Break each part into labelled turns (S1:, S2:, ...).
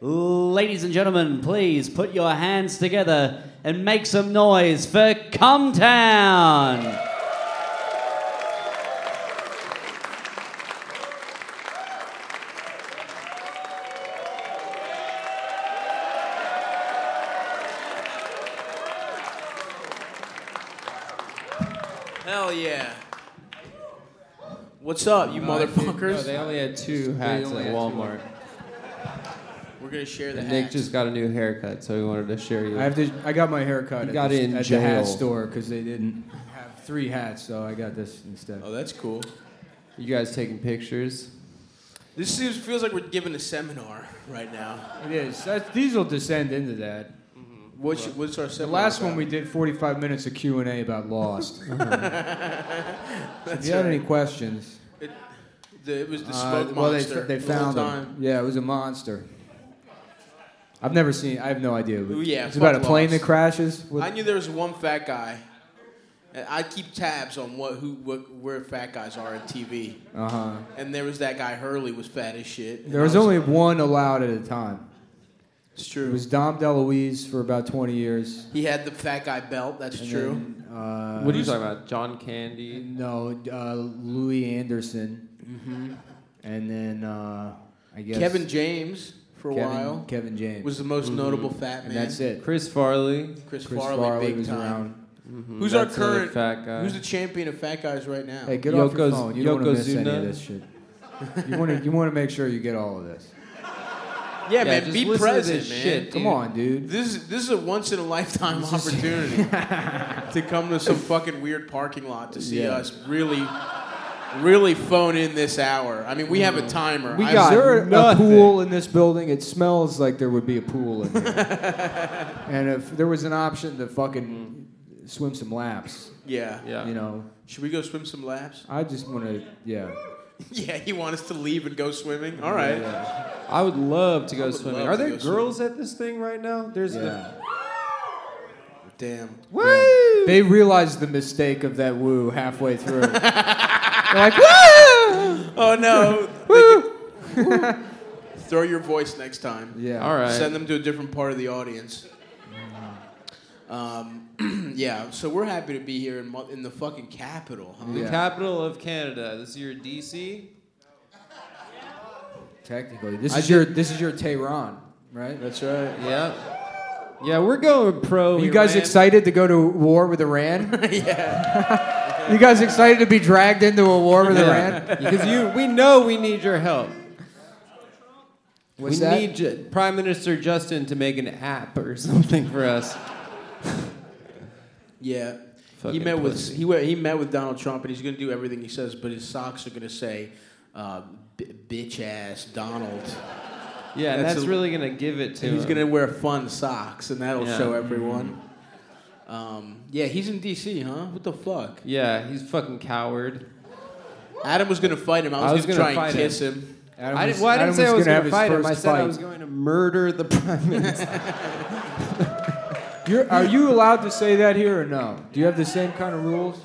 S1: Ladies and gentlemen, please put your hands together and make some noise for Come Town.
S2: Hell yeah. What's up, you motherfuckers?
S3: No, they only had two hats
S2: only
S3: at
S2: had two.
S3: Walmart.
S2: We're gonna share the
S3: And
S2: hat.
S3: Nick just got a new haircut, so he wanted to share you.
S4: I have to. I got my hair cut.
S3: You
S4: at
S3: got
S4: the,
S3: in
S4: at the
S3: jail.
S4: hat store because they didn't have three hats, so I got this instead.
S2: oh, that's cool.
S3: you guys taking pictures?
S2: This seems, feels like we're giving a seminar right now.
S4: It is. That's, these will descend into that.
S2: What's, what's our
S4: The
S2: seminar?
S4: last one
S2: about?
S4: we did 45 minutes of Q and A about Lost. So if
S2: That's
S4: you had
S2: right.
S4: any questions,
S2: It, the, it was the
S4: uh,
S2: smoke
S4: well, they,
S2: monster.
S4: they
S2: the whole
S4: found
S2: time.
S4: him. Yeah, it was a monster. I've never seen. I have no idea. but
S2: Ooh, yeah,
S4: it's about a
S2: fuck
S4: plane
S2: Lost.
S4: that crashes. With,
S2: I knew there was one fat guy. And I keep tabs on what who what where fat guys are on TV.
S4: uh-huh.
S2: And there was that guy Hurley was fat as shit. And
S4: There
S2: I
S4: was only one allowed at a time.
S2: it's
S4: It
S2: true.
S4: was Dom DeLuise for about 20 years.
S2: he had the fat guy belt. That's
S4: and
S2: true.
S4: then, uh,
S3: What are you talking about? John Candy?
S4: No, uh, Louis Anderson, and then uh, I guess
S2: Kevin James for a
S4: Kevin-
S2: while
S4: Kevin James,
S2: was the most notable fat man.
S4: and that's it.
S3: Chris Farley?
S2: Chris,
S4: Chris
S2: Farley, big
S4: was
S2: time.
S4: around.
S3: Mhm,
S2: Who's our
S3: that's another
S2: current-
S3: fat guy?
S2: Who's the champion of fat guys right now?
S4: Hey, get off your
S3: Yokoz-
S4: phone. You don't want to miss any
S3: Yokozuna?
S4: of this shit. You want to you want to make sure you get all of this.
S2: yeah,
S3: Yeah,
S2: man,
S3: just
S2: be
S3: listen to
S2: present,
S3: this
S2: man.
S3: shit.
S4: Come
S3: Dude.
S4: on, dude.
S2: This is this is a once in a lifetime opportunity to come to some fucking weird parking lot to see
S4: Yeah.
S2: us really, really phone in this hour. I mean, we have a
S3: Mm.
S2: timer.
S4: We
S2: I-
S4: got
S3: there
S4: a
S3: nothing.
S4: pool in this building. It smells like there would be a pool in there. and if there was an option to fucking swim some laps,
S2: Mm-hmm. yeah.
S3: Yeah.
S4: you know,
S2: Should we go swim some laps?
S4: I just want to, yeah.
S2: yeah, you want us to leave and go swimming? All right.
S3: I would love to
S2: I
S3: go
S2: would
S3: swimming.
S2: love to
S3: Are there
S2: go swimming.
S3: girls at this thing right now? There's
S4: yeah.
S3: the.
S2: Damn.
S3: Woo!
S4: They realized the mistake of that woo halfway through. They're like, woo!
S2: Oh no. They could- Throw your voice next time.
S4: Yeah.
S3: All right.
S2: Send them to a different part of the audience. Um, yeah, so we're happy to be here in, mo- in the fucking capital, huh?
S3: The
S4: Yeah.
S3: capital of Canada. This is your DC?
S4: Technically, this
S3: I
S4: is your this is your Tehran, right?
S2: That's right.
S3: Yeah. Yeah, we're going pro.
S4: Are you guys
S3: Iran.
S4: excited to go to war with Iran?
S2: yeah.
S4: you guys excited to be dragged into a war with Iran?
S3: Yeah. Because you, we know we need your help.
S4: What's
S3: we
S4: that?
S3: need Ju- Prime Minister Justin to make an app or something for us.
S2: Yeah. he
S3: Fucking
S2: met
S3: pussy.
S2: with he, wa- he met with Donald Trump, and he's going to do everything he says, but his socks are going to say, uh, b- "Bitch ass Donald."
S3: Yeah,
S2: That's
S3: that's,
S2: a-
S3: really gonna give it to
S2: And he's
S3: him.
S2: going to wear fun socks, and that'll
S3: Yeah.
S2: show everyone. Um, yeah, he's in D.C., huh? What the fuck?
S3: Yeah, he's fucking coward.
S2: Adam was going to fight him. I was,
S3: I was
S2: going to
S3: gonna
S2: try and
S3: fight him.
S2: kiss him.
S4: Adam
S3: I,
S4: was-
S3: didn't, well, I didn't
S4: Adam
S3: say I was
S4: gonna
S3: gonna,
S4: have his
S3: fight him. I
S4: first
S3: said I
S4: fight.
S3: was going to murder the prime minister.
S4: You're, are you allowed to say that here or no? Do you have the same kind of rules?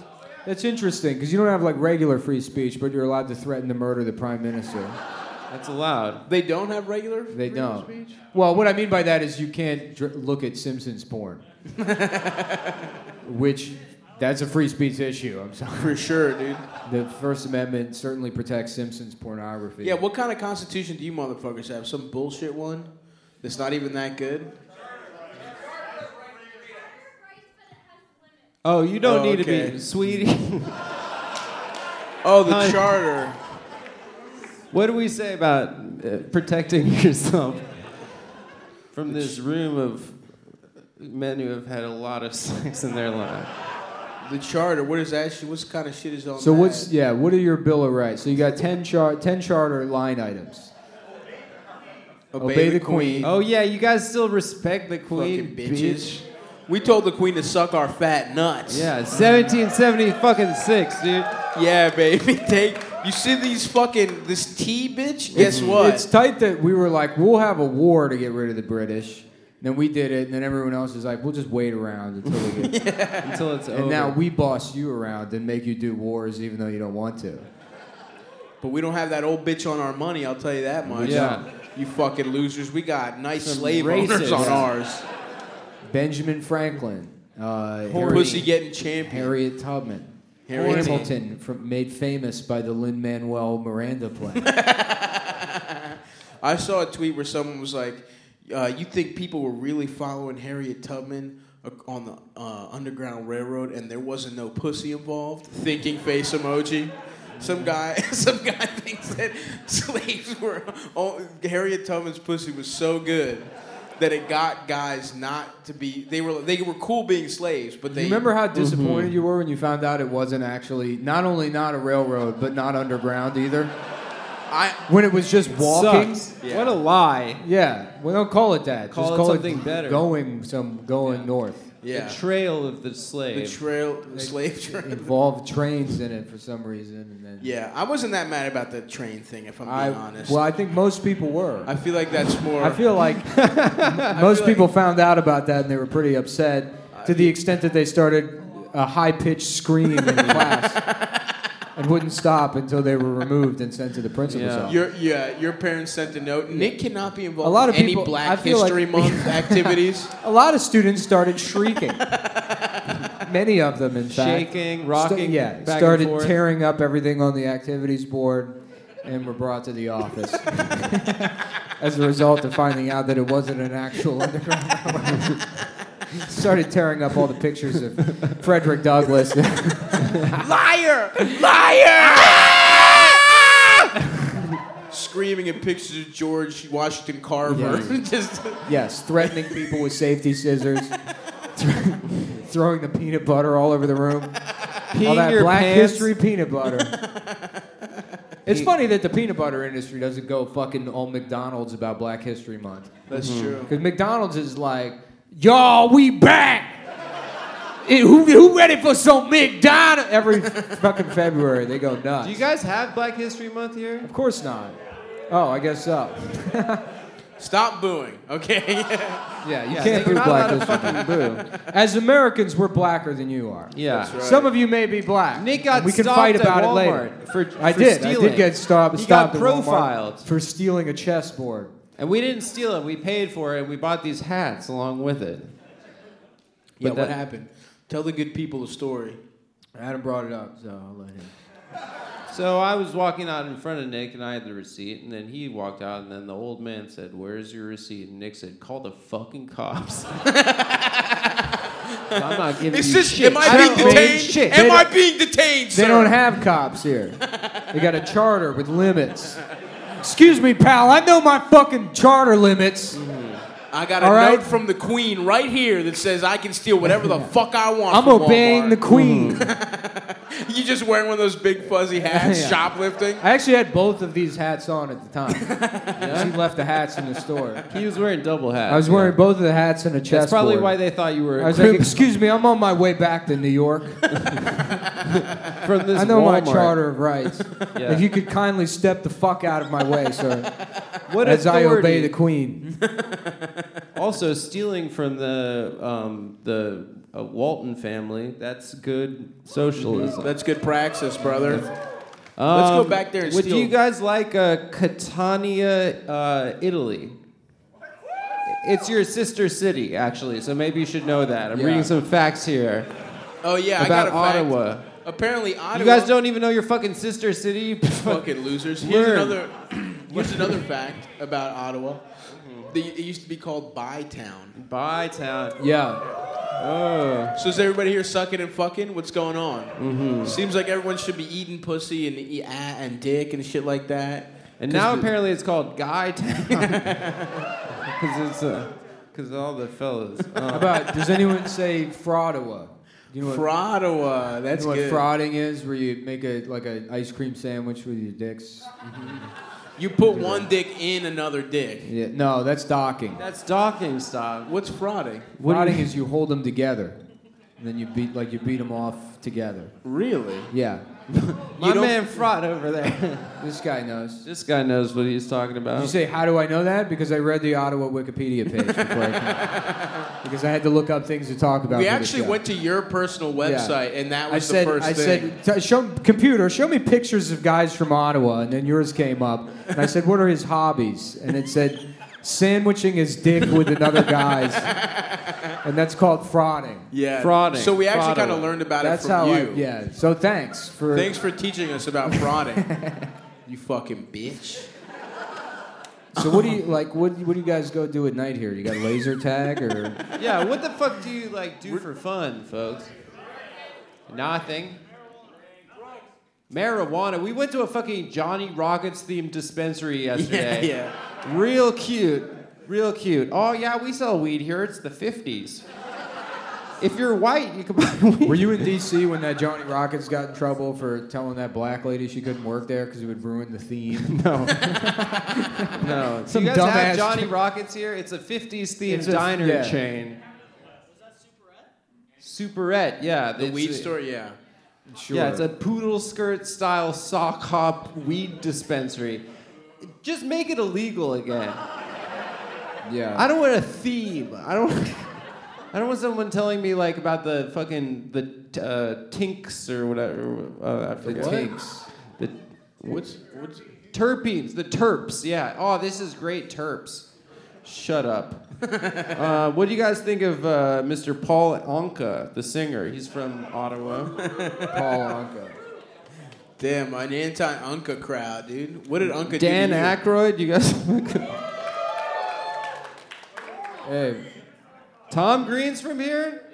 S4: That's interesting because you don't have like regular free speech, but you're allowed to threaten to murder the prime minister.
S3: that's allowed.
S2: They don't have regular.
S4: They
S2: freedom of
S4: don't.
S2: speech?
S4: Well, what I mean by that is you can't dr- look at Simpsons porn, which that's a free speech issue. I'm sorry.
S2: For sure, dude.
S4: The First Amendment certainly protects Simpsons pornography.
S2: Yeah, what kind of constitution do you motherfuckers have? Some bullshit one that's not even that good?
S3: Oh, you don't
S2: Oh,
S3: need to
S2: okay.
S3: be, sweetie.
S2: Oh, the
S3: Hi.
S2: charter.
S3: what do we say about uh, protecting yourself from this room of men who have had a lot of sex in their life?
S2: The charter. What is that shit? What kind of shit is on
S4: So
S2: that?
S4: what's yeah? What are your bill of rights? So you got ten chart ten charter line items. Obey, the queen. Oh,
S3: Oh yeah, you guys still respect the
S2: Fucking
S3: queen,
S2: bitches.
S3: bitch.
S2: We told the queen to suck our fat nuts.
S3: Yeah, 1770 fucking six, dude.
S2: Yeah, baby. Take. You see these fucking this tea, bitch? Guess what?
S4: Mm-hmm. It's tight that we were like, we'll have a war to get rid of the British. Then we did it, and then everyone else is like, we'll just wait around until we get.
S3: Until it's over.
S4: And now we boss you around and make you do wars even though you don't want to.
S2: but we don't have that old bitch on our money. I'll tell you that much.
S3: yeah.
S2: You fucking losers. We got nice
S4: Some
S2: slave owners
S4: racists.
S2: on ours.
S4: Benjamin Franklin, uh, Harriet,
S2: Pussy getting champion.
S4: Harriet Tubman,
S2: Harriet-
S4: Hamilton, from, made famous by the Lin Manuel Miranda play.
S2: I saw a tweet where someone was like, uh, "You think people were really following Harriet Tubman uh, on the uh, Underground Railroad, and there wasn't no pussy involved?" Thinking face emoji. Some guy, some guy thinks that slaves were. Oh, Harriet Tubman's pussy was so good that it got guys not to be. They were they were cool being slaves, but
S4: Do
S2: they
S4: you remember how disappointed you were when you found out it wasn't actually not only not a railroad but not underground either?
S2: I
S4: When it was just walking.
S3: Sucks.
S2: Yeah.
S3: What a lie.
S4: Yeah, well, don't call it that.
S3: Call
S4: just
S3: it
S4: call
S3: something
S4: it
S3: better.
S4: Going some going north.
S2: yeah.
S3: The trail of the slave.
S2: The trail, the slave trail.
S4: Involved trains in it for some reason, and then
S2: Yeah, I wasn't that mad about the train thing, if I'm being
S4: I
S2: honest.
S4: well, I think most people were.
S2: I feel like that's more.
S4: I feel like most
S2: feel like-
S4: people found out about that and they were pretty upset to the extent that they started a high pitched scream in class and wouldn't stop until they were removed and sent to the principal's
S3: Yeah.
S4: office.
S2: Your yeah, your parents sent a note. Nick cannot be involved
S4: A lot
S2: in
S4: of
S2: any
S4: people- I
S2: Black
S4: feel like-
S2: History Month activities.
S4: A lot of students started shrieking. Many of them, in fact.
S3: Shaking,
S4: Sta-
S3: rocking.
S4: yeah,
S3: back
S4: started
S3: and forth.
S4: tearing up everything on the activities board and were brought to the office as a result of finding out that it wasn't an actual underground railroad. started tearing up all the pictures of Frederick Douglass.
S2: liar, liar! Screaming at pictures of George Washington Carver. Just
S4: yes, threatening people with safety scissors. thr- Throwing the peanut butter all over the room.
S3: Peeing
S4: all that
S3: your
S4: black
S3: pants.
S4: history peanut butter. it's funny that the peanut butter industry doesn't go fucking all McDonald's about Black History Month.
S2: that's true.
S4: Because McDonald's is like, y'all, we back. Eh, who, who ready for some McDonald's? Every fucking February, they go nuts.
S3: Do you guys have Black History Month here?
S4: of course not. Oh, I guess so.
S2: Stop booing, okay?
S4: Yeah, you
S3: Yeah,
S4: can't
S3: you're
S4: boo
S3: not
S4: black
S3: allowed to
S4: history. Month. boo. As Americans, we're blacker than you are.
S3: Yeah.
S2: That's right.
S4: Some of you may be black.
S3: Nick got
S4: we can
S3: stopped
S4: fight
S3: at
S4: about it later.
S3: Walmart for-
S4: I
S3: for
S4: did. I
S3: stealing.
S4: did get stopped.
S3: He
S4: stopped at
S3: got
S4: Walmart
S3: profiled.
S4: for stealing a chessboard.
S3: And we didn't steal it. We paid for it. and We bought these hats along with it.
S2: yeah,
S3: But
S2: what
S3: that-
S2: happened? Tell the good people the story.
S4: Adam brought it up, so I'll let him.
S3: So I was walking out in front of Nick, and I had the receipt, and then he walked out, and then the old man said, "Where's your receipt?" And Nick said, "Call the fucking cops." I'm not giving
S2: It's
S3: you
S2: just,
S3: shit.
S2: am
S4: I
S2: I
S4: don't
S2: being
S4: mean
S2: detained?
S4: shit. They
S2: Am I
S4: don't-
S2: being detained,
S4: They
S2: sir?
S4: don't have cops here. They got a charter with limits. Excuse me, pal. I know my fucking charter limits.
S3: Mm-hmm.
S2: I got a
S4: All right.
S2: note from the queen right here that says I can steal whatever the fuck I want.
S4: I'm
S2: from
S4: obeying
S2: Walmart.
S4: the queen.
S3: Mm-hmm.
S2: You just wearing one of those big fuzzy hats,
S4: Yeah.
S2: shoplifting.
S4: I actually had both of these hats on at the time. She left the hats in the store.
S3: He was wearing double hats.
S4: I was
S3: yeah.
S4: wearing both of the hats and a chest.
S3: That's probably why they thought you were
S4: I was like, "Excuse me, I'm on my way back to New York.
S3: from this
S4: I know my
S3: Walmart."
S4: charter of rights.
S3: Yeah.
S4: If you could kindly step the fuck out of my way, sir,
S3: What
S4: as I obey
S3: authority-
S4: the queen."
S3: Also, stealing from the um, the uh, Walton family, that's good
S2: Mm-hmm.
S3: socialism.
S2: That's good praxis, brother.
S3: Um,
S2: go back there and
S3: Would
S2: steal.
S3: you guys like uh, Catania, uh, Italy? It's your sister city, actually, so maybe you should know that. I'm
S4: Yeah.
S3: reading some facts here
S2: Oh yeah, I got
S3: about
S2: a fact.
S3: Ottawa.
S2: Apparently, Ottawa.
S3: You guys don't even know your fucking sister city?
S2: fucking losers. Here's
S3: Learn.
S2: another. Here's another fact about Ottawa.
S3: Mm-hmm.
S2: They, it used to be called Bytown.
S3: Bye, town.
S4: Yeah,
S3: Oh.
S2: So is everybody here sucking and fucking? What's going on? Mm-hmm. Seems like everyone should be eating pussy and eat ah and dick and shit like that.
S3: And
S2: 'Cause
S3: now
S2: the-
S3: apparently it's called Guy Town. Because it's uh 'cause all the fellas.
S4: How
S3: Uh,
S4: about does anyone say Fraudawa? Do you know what
S2: Frottawa. That's
S4: you know
S2: good.
S4: what frauding is? Where you make a like an ice cream sandwich with your dicks?
S2: you put one dick in another dick.
S4: Yeah, no, that's docking.
S3: that's docking stop.
S2: What's frauding?
S3: What do you-
S4: Frauding is you hold them together, and then you beat like you beat them off together.
S2: Really?
S4: Yeah,
S3: My
S4: don't-
S3: man Frot over there.
S4: This guy knows.
S3: this guy knows what he's talking
S4: You
S2: Oh.
S3: about.
S4: say, how do I know that? Because I read the Ottawa Wikipedia page before I came. Because I had to look up things to talk about.
S2: We
S4: for the
S2: actually
S4: show.
S2: went to your personal website, and that
S4: I
S2: was the
S4: said,
S2: first
S4: I
S2: thing.
S4: said, "T- show computer, show me pictures of guys from Ottawa, and then yours came up, and I said, what are his hobbies? And it said, sandwiching his dick with another guy's, and that's called frauding.
S2: yeah,
S3: frauding,
S2: So we actually
S3: frauding.
S2: kind of learned about
S4: That's
S2: it from
S4: how
S2: you.
S4: I, yeah. So thanks for
S2: Thanks for teaching us about frauding. you fucking bitch.
S4: So what do you like? What what do you guys go do at night here? You got laser tag or
S3: yeah, what the fuck do you like do for fun, folks? Nothing. Marijuana. We went to a fucking Johnny Rockets themed dispensary yesterday.
S2: Yeah,
S3: Real cute. Real cute. Oh yeah, we sell weed here. It's the fifties. If you're white, you can buy weed.
S4: were you in D.C. when that Johnny Rockets got in trouble for telling that black lady she couldn't work there because it would ruin the theme?
S3: No. no. So
S4: Some
S3: you guys have
S4: dumbass-
S3: Johnny Rockets here? It's a 50s themed
S4: It's a-
S3: diner
S4: yeah.
S3: chain. Was that Superette? Superette, yeah.
S2: the weed store. Yeah.
S4: Sure.
S3: Yeah, it's a poodle skirt style sock hop weed dispensary. Just make it illegal again.
S4: yeah.
S3: I don't want a theme. I don't. I don't want someone telling me like about the fucking the uh, tinks or whatever. Uh, I
S4: the
S3: forget.
S4: tinks.
S3: The
S2: What's what's?
S3: terpenes, the terps. Yeah. Oh, this is great terps. Shut up. uh, what do you guys think of uh, Mr. Paul Anka, the singer? He's from Ottawa.
S4: Paul Anka.
S2: Damn, an anti Unca crowd, dude. What did Unca do?
S3: Dan
S2: to you?
S3: Aykroyd. You guys.
S4: Hey,
S3: Tom Green's from here?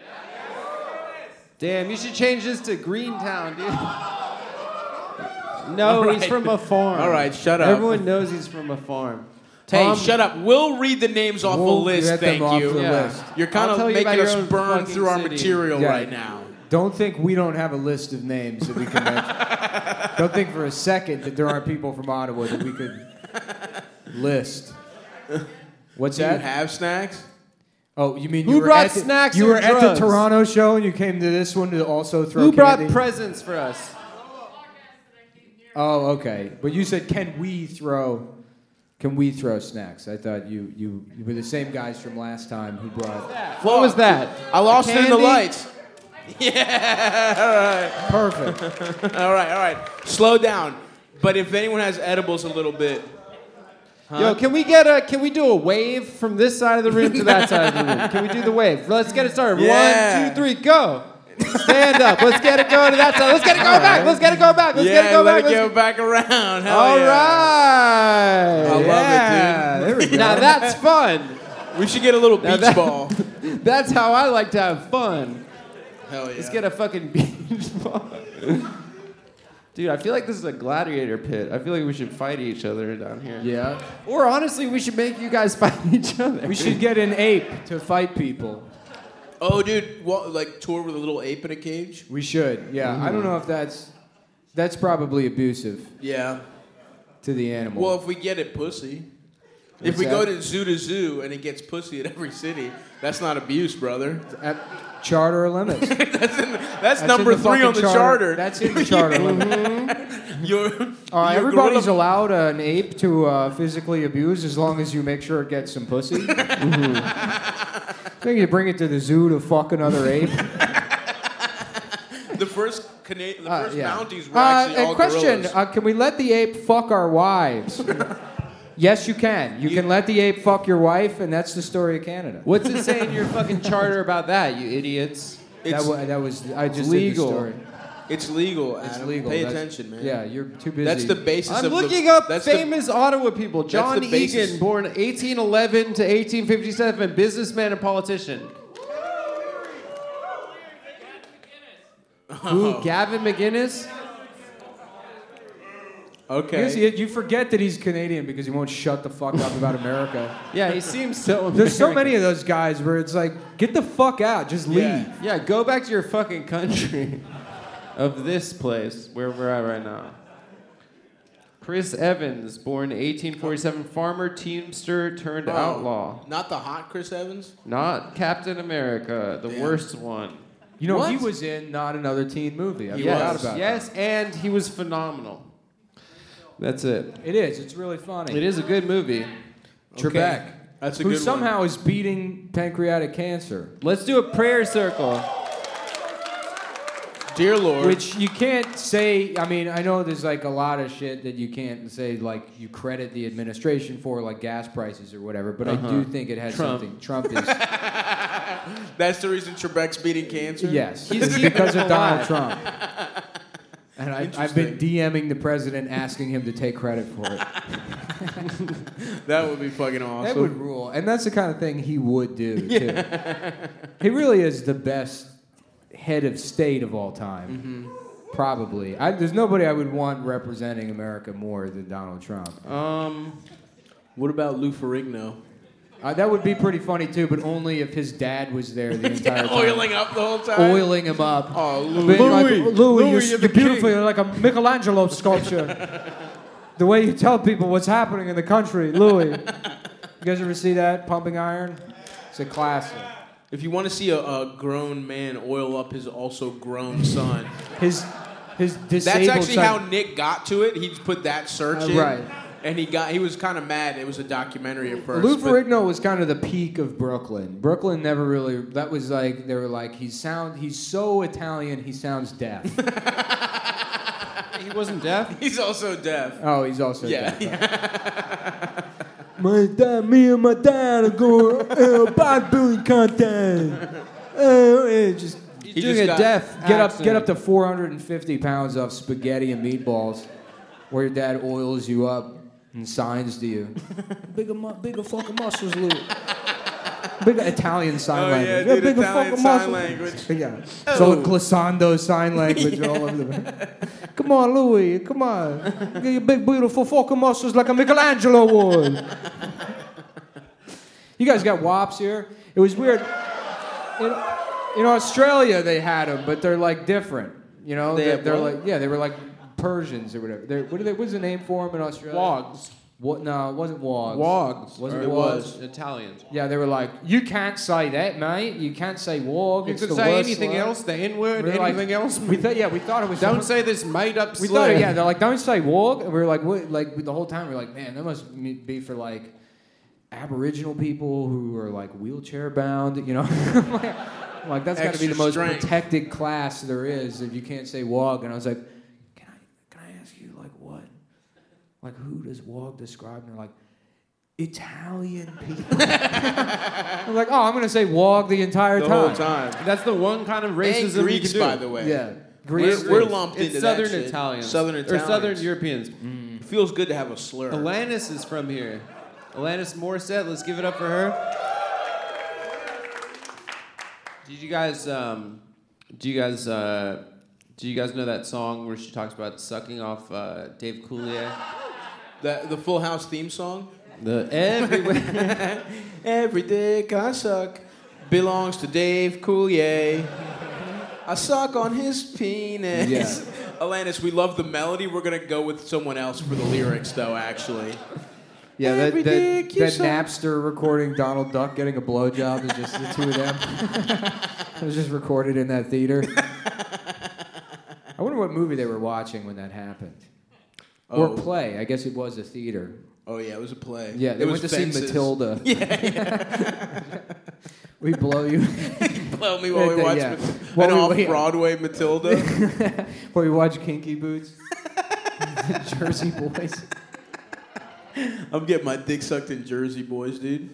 S3: Damn, you should change this to Greentown, dude. No, he's
S2: right.
S3: from a farm.
S2: All right, shut up.
S3: Everyone knows he's from a farm.
S2: Hey,
S3: Tom-
S2: shut up. We'll read the names off
S4: We'll
S2: the list.
S4: get them
S2: Thank
S4: off
S2: you.
S4: the
S3: Yeah.
S4: list.
S2: You're kind
S3: I'll
S2: of
S3: tell you about
S2: making
S3: your
S2: us
S3: own
S2: burn
S3: fucking
S2: through our
S3: city.
S2: material
S4: Yeah.
S2: right now.
S4: don't think we don't have a list of names that we can mention. don't think for a second that there aren't people from Ottawa that we could list. What's
S2: Do you
S4: that?
S2: have snacks?
S4: Oh, you mean
S3: Who
S4: you were
S3: brought
S4: at the,
S3: snacks
S4: You
S3: or
S4: were at
S3: drugs?
S4: the Toronto show and you came to this one to also throw.
S3: Who brought
S4: candy?
S3: presents for us?
S4: oh, okay. But you said, "Can we throw? Can we throw snacks?" I thought you you, you were the same guys from last time who brought.
S3: What was that?
S2: I lost it in the
S3: candy?
S2: lights. Yeah.
S4: Perfect.
S2: All right. All right. All right. Slow down. But if anyone has edibles, a little bit.
S3: Yo, can we get a can we do a wave from this side of the room to that side of the room? Can we do the wave? Let's get it started.
S2: Yeah.
S3: One, two, three, go. Stand up. Let's get it going to that side. Let's get it going back. Let's get it going back. Let's
S2: yeah,
S3: get it going
S2: let
S3: back. Let's
S2: it go back around. Hell
S3: All right.
S2: yeah.
S3: Oh, I
S2: love it, dude.
S3: There we go. Now that's fun.
S2: We should get a little
S3: Now
S2: beach
S3: that-
S2: ball.
S3: That's how I like to have fun.
S2: Hell yeah.
S3: Let's get a fucking beach ball. Dude, I feel like this is a gladiator pit. I feel like we should fight each other down here.
S4: yeah.
S3: Or honestly, we should make you guys fight each other.
S4: We should get an ape to fight people.
S2: oh, dude, what, like tour with a little ape in a cage?
S4: We should. Yeah. I don't know if that's that's probably abusive
S2: Yeah.
S4: to the animal.
S2: Well, if we get it pussy. if
S4: What's
S2: we go
S4: that?
S2: to zoo to zoo and it gets pussy at every city, that's not abuse, brother.
S4: At charter limits.
S2: That's,
S4: That's
S2: number
S4: in the
S2: three
S4: fucking
S2: on the charter.
S4: That's in the charter limit.
S2: your,
S4: All right,
S2: your
S4: everybody's
S2: gorilla-
S4: allowed an ape to uh, physically abuse as long as you make sure it gets some pussy. mm you bring it to the zoo to fuck another ape.
S2: the first Cana- the
S4: Uh,
S2: first
S4: yeah.
S2: bounties were
S4: Uh,
S2: actually
S4: a
S2: all
S4: question:
S2: gorillas.
S4: uh, Can we let the ape fuck our wives? yes, you can. You, can let the ape fuck your wife, and that's the story of Canada.
S3: What's it say in your fucking charter about that, you idiots?
S4: That,
S2: It's-
S4: wa- that was I just
S3: legal.
S4: Did the story.
S2: It's legal.
S4: It's
S2: Adam.
S4: legal.
S2: Pay
S4: That's-
S2: attention, man.
S4: Yeah, you're too busy.
S2: That's the basis.
S3: I'm
S2: of
S3: looking
S2: the,
S3: up
S2: that's the-
S3: famous Ottawa people. John
S2: the basis.
S3: Egan, born 1811 to 1857, businessman and politician.
S2: Oh.
S3: Who? Gavin McGinnis?
S2: okay.
S4: Here's the- You forget that he's Canadian because he won't shut the fuck up about America.
S3: Yeah, he seems so. American.
S4: There's so many of those guys where it's like, get the fuck out, just leave.
S2: Yeah.
S3: Yeah, go back to your fucking country of this place where we're at right now. Chris Evans, born 1847, farmer, teamster, turned
S2: Oh,
S3: outlaw.
S2: Not the hot Chris Evans.
S3: Not Captain America, the
S2: Damn.
S3: worst one.
S4: You know, he
S2: What?
S4: was in not another teen movie. I
S2: He
S4: forgot
S2: was.
S4: about
S3: yes, and he was phenomenal. That's it.
S4: that. It is. It's really funny.
S3: It is a good movie.
S4: Trebek,
S2: Okay. That's a
S4: who
S2: good one.
S4: somehow is beating pancreatic cancer,
S3: Let's do a prayer circle.
S2: Dear Lord,
S4: which you can't say. I mean, I know there's like a lot of shit that you can't say, like you credit the administration for, like gas prices or whatever. But I
S2: Uh-huh.
S4: do think it has
S3: Trump.
S4: something. Trump is
S2: that's the reason Trebek's beating cancer.
S4: Yes,
S3: He's
S4: it's
S3: keeping
S4: because
S3: him
S4: of Donald
S3: alive.
S4: Trump. And I, I've been DMing the president asking him to take credit for it.
S2: That would be fucking
S4: that
S2: awesome.
S4: would rule. And that's the kind of thing he would do, too. He really is the best head of state of all time. Probably. I, there's nobody I would want representing America more than Donald Trump.
S3: Um,
S2: What about Lou Ferrigno?
S4: Uh, that would be pretty funny, too, but only if his dad was there the entire time.
S2: Oiling up the whole time.
S4: Oiling him up.
S2: Oh, Lou.
S4: Louis,
S3: Louis,
S4: Louis,
S3: Louis,
S4: you're,
S3: you're
S4: you're
S3: the
S4: beautiful.
S3: king.
S4: You're like a Michelangelo sculpture. the way you tell people what's happening in the country, Louis. You guys ever see that Pumping Iron? It's a classic.
S2: If you want to see a, a grown man oil up his also grown son,
S4: His his disabled.
S2: that's actually
S4: son-
S2: how Nick got to it. He put that search
S4: Uh,
S2: in,
S4: right.
S2: and he got. He was kind of mad. It was a documentary at first.
S4: Lou
S2: but-
S4: Ferrigno was kind of the peak of Brooklyn. Brooklyn never really. That was like they were like he's sound. He's so Italian. He sounds deaf.
S3: he wasn't deaf.
S2: He's also deaf.
S4: oh, he's also
S2: yeah.
S4: deaf. My dad, me and my dad are going uh, bodybuilding content. Uh, uh, just
S2: He's
S3: He's
S2: just
S3: doing a
S2: got-
S3: deaf.
S4: get up,
S3: accent.
S4: get up to 450 pounds of spaghetti and meatballs, where your dad oils you up and signs to you. bigger, mu- bigger fucking muscles, Lou. Bigger Italian sign
S2: Oh, yeah,
S4: language.
S2: dude,
S4: bigger
S2: Italian
S4: fucking
S2: sign
S4: muscles.
S2: language.
S4: Yeah. It's all
S2: Oh.
S4: glissando sign language all over the. Come on, Louis. Come on. Get your big, beautiful fucking muscles like a Michelangelo would. You guys got wops here? It was weird. In, in Australia, they had them, but they're like different. You know,
S2: They
S4: they are
S2: have what?
S4: like yeah, they were like Persians or whatever. They're, what are they? What's the name for them in Australia?
S3: Wogs.
S4: What? No, it wasn't wogs.
S3: Wogs.
S4: Wasn't
S2: Or it
S4: wogs.
S2: was.
S3: Italians.
S4: Yeah, they were like, you can't say that, mate. You can't say wog.
S3: You
S4: it's
S3: could
S4: the
S3: say
S4: worst
S3: anything
S4: word."
S3: else, the N word,
S4: We were like-
S3: anything else.
S4: We thought, yeah, we thought it was.
S3: Don't say this made up
S4: We
S3: slur.
S4: thought, it, yeah, they're like, don't say wog. And we were like, what? Like the whole time, we are like, man, that must m- be for like Aboriginal people who are like wheelchair bound. You know, I'm like, I'm like, that's got to be
S2: Extra
S4: the most
S2: strength.
S4: protected class there is if you can't say wog. And I was like, can I? Can I ask you like what? Like who does wog describe? And they're like. Italian people. I'm like, oh, I'm gonna say wog the entire
S2: The
S4: time.
S2: whole time.
S3: That's the one kind of racism
S2: And
S3: you
S2: Greeks,
S3: can do.
S2: by the way.
S4: Yeah, Greece.
S2: We're, we're lumped
S3: it's
S2: into
S3: Southern
S2: that shit.
S3: Italians.
S2: Southern Italians.
S3: Or Southern Europeans.
S2: It feels good to have a slur.
S3: Alanis is from here. Alanis Morissette, let's give it up for her. Did you guys, um, do you guys, uh, do you guys know that song where she talks about sucking off uh, Dave Coulier?
S2: The, the Full House theme song.
S3: The everywhere.
S2: Every dick I suck belongs to Dave Coulier. I suck on his penis.
S4: Yeah.
S2: Alanis, we love the melody. We're gonna go with someone else for the lyrics, though. Actually,
S4: Yeah, that,
S2: Every
S4: that,
S2: dick you
S4: that
S2: suck.
S4: Napster recording Donald Duck getting a blowjob is just the two of them. it was just recorded in that theater. I wonder what movie they were watching when that happened.
S2: Oh.
S4: Or play. I guess it was a theater.
S2: oh yeah, it was a play.
S4: Yeah, they
S2: it was
S4: went to see
S2: Fences.
S4: Matilda. Yeah. we blow you.
S2: Blow me while we
S4: Yeah,
S2: watch
S4: yeah.
S2: Mat-
S4: While
S2: an
S4: we-
S2: off Broadway Matilda.
S4: Or you watch Kinky Boots. Jersey Boys.
S2: I'm getting my dick sucked in Jersey Boys, dude.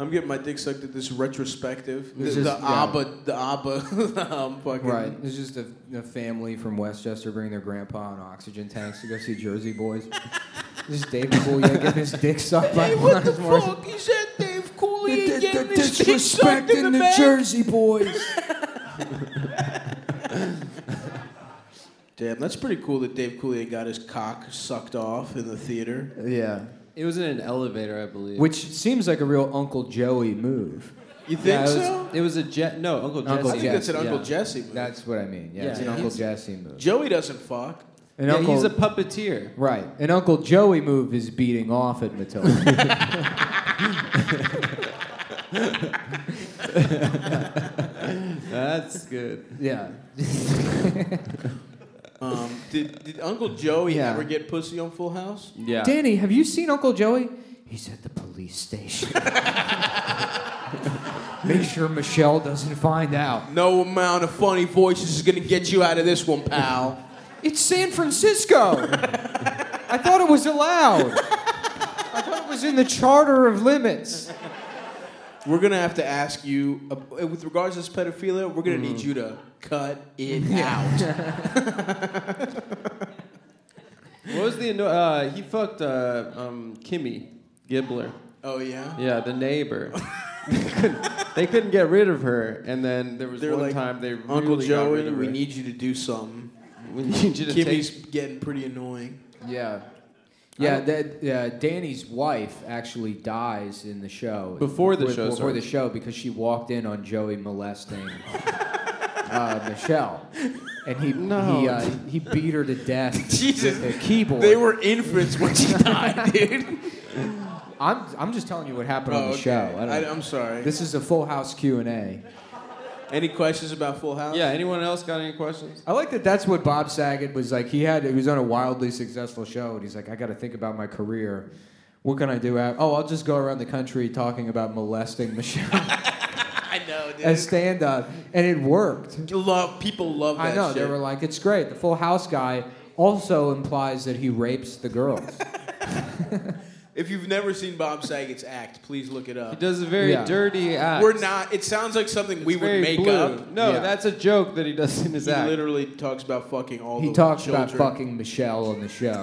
S2: I'm getting my dick sucked at this retrospective. The,
S4: Mm-hmm. This
S2: the
S4: is- yeah.
S2: ABBA, the ABBA, um, fucking
S4: Right. It's just a, a family from Westchester bringing their grandpa on oxygen tanks to go see Jersey Boys. this is David Coulier getting his dick sucked by Alanis Morissette.
S2: He said Dave Cooley
S4: The- the- the disrespect in the Jersey Boys.
S2: Damn, that's pretty cool that Dave Cooley got his cock sucked off in the theater.
S4: yeah.
S3: it was in an elevator, I believe.
S4: Which seems like a real Uncle Joey move.
S2: You think
S3: yeah, it, was,
S2: so?
S3: it was a jet. No, Uncle Jesse.
S4: Uncle
S2: I think
S4: Jesse,
S2: that's an Uncle
S3: yeah.
S2: Jesse movie.
S4: That's what I mean. Yeah,
S3: Yeah,
S4: it's an
S3: yeah.
S4: Uncle Jesse move.
S2: Joey doesn't fuck.
S4: An
S3: Yeah,
S4: Uncle,
S3: he's a puppeteer.
S4: right. An Uncle Joey move is beating off at Matilda.
S3: That's good.
S4: Yeah.
S2: Um, did, did Uncle Joey
S4: Yeah.
S2: ever get pussy on Full House?
S3: Yeah.
S4: Danny, have you seen Uncle Joey? He's at the police station. Make sure Michelle doesn't find out.
S2: No amount of funny voices is gonna get you out of this one, pal.
S4: It's San Francisco. I thought it was allowed. I thought it was in the charter of limits.
S2: We're gonna have to ask you, uh, with regards to this pedophilia, we're gonna
S3: Mm-hmm.
S2: need you to cut it out.
S3: What was the anno- uh, he fucked uh, um, Kimmy Gibbler?
S2: oh yeah.
S3: Yeah, the neighbor. they couldn't get rid of her, and then there was
S2: They're
S3: one
S2: like,
S3: time they
S2: Uncle
S3: really got rid
S2: Joey,
S3: of
S2: we
S3: her.
S2: need you to do something.
S3: we need you to
S2: Kimmy's
S3: take.
S2: getting pretty annoying.
S4: Yeah. Yeah, that uh, Danny's wife actually dies in the show
S3: Before the
S4: With-
S3: show
S4: Before
S3: starts.
S4: the show, because she walked in on Joey molesting uh, Michelle, and he
S3: No.
S4: he, uh, he beat her to death
S2: Jesus.
S4: with a keyboard.
S2: They were infants when she died, dude. Oh,
S4: I'm I'm just telling you what happened on the
S2: okay.
S4: show. I don't,
S2: I, am sorry.
S4: this is a Full House Q and A.
S2: Any questions about Full House?
S3: Yeah. Anyone else got any questions?
S4: I like that. That's what Bob Saget was like. He had he was on a wildly successful show, and he's like, I got to think about my career. What can I do? Out? Oh, I'll just go around the country talking about molesting Michelle
S2: I know, dude.
S4: as stand up, and it worked.
S2: love, people love that
S4: I know
S2: shit.
S4: they were like, it's great. The Full House guy also implies that he rapes the girls.
S2: if you've never seen Bob Saget's act, please look it
S3: He
S2: up.
S3: does a very
S4: Yeah.
S3: dirty act.
S2: We're not. It sounds like something we
S3: It's
S2: would
S3: very
S2: make
S3: blue.
S2: up.
S3: No,
S4: Yeah.
S3: that's a joke that he does in his
S2: He
S3: act.
S2: literally talks about fucking all
S4: he
S2: the
S4: talks
S2: children.
S4: about fucking Michelle on the show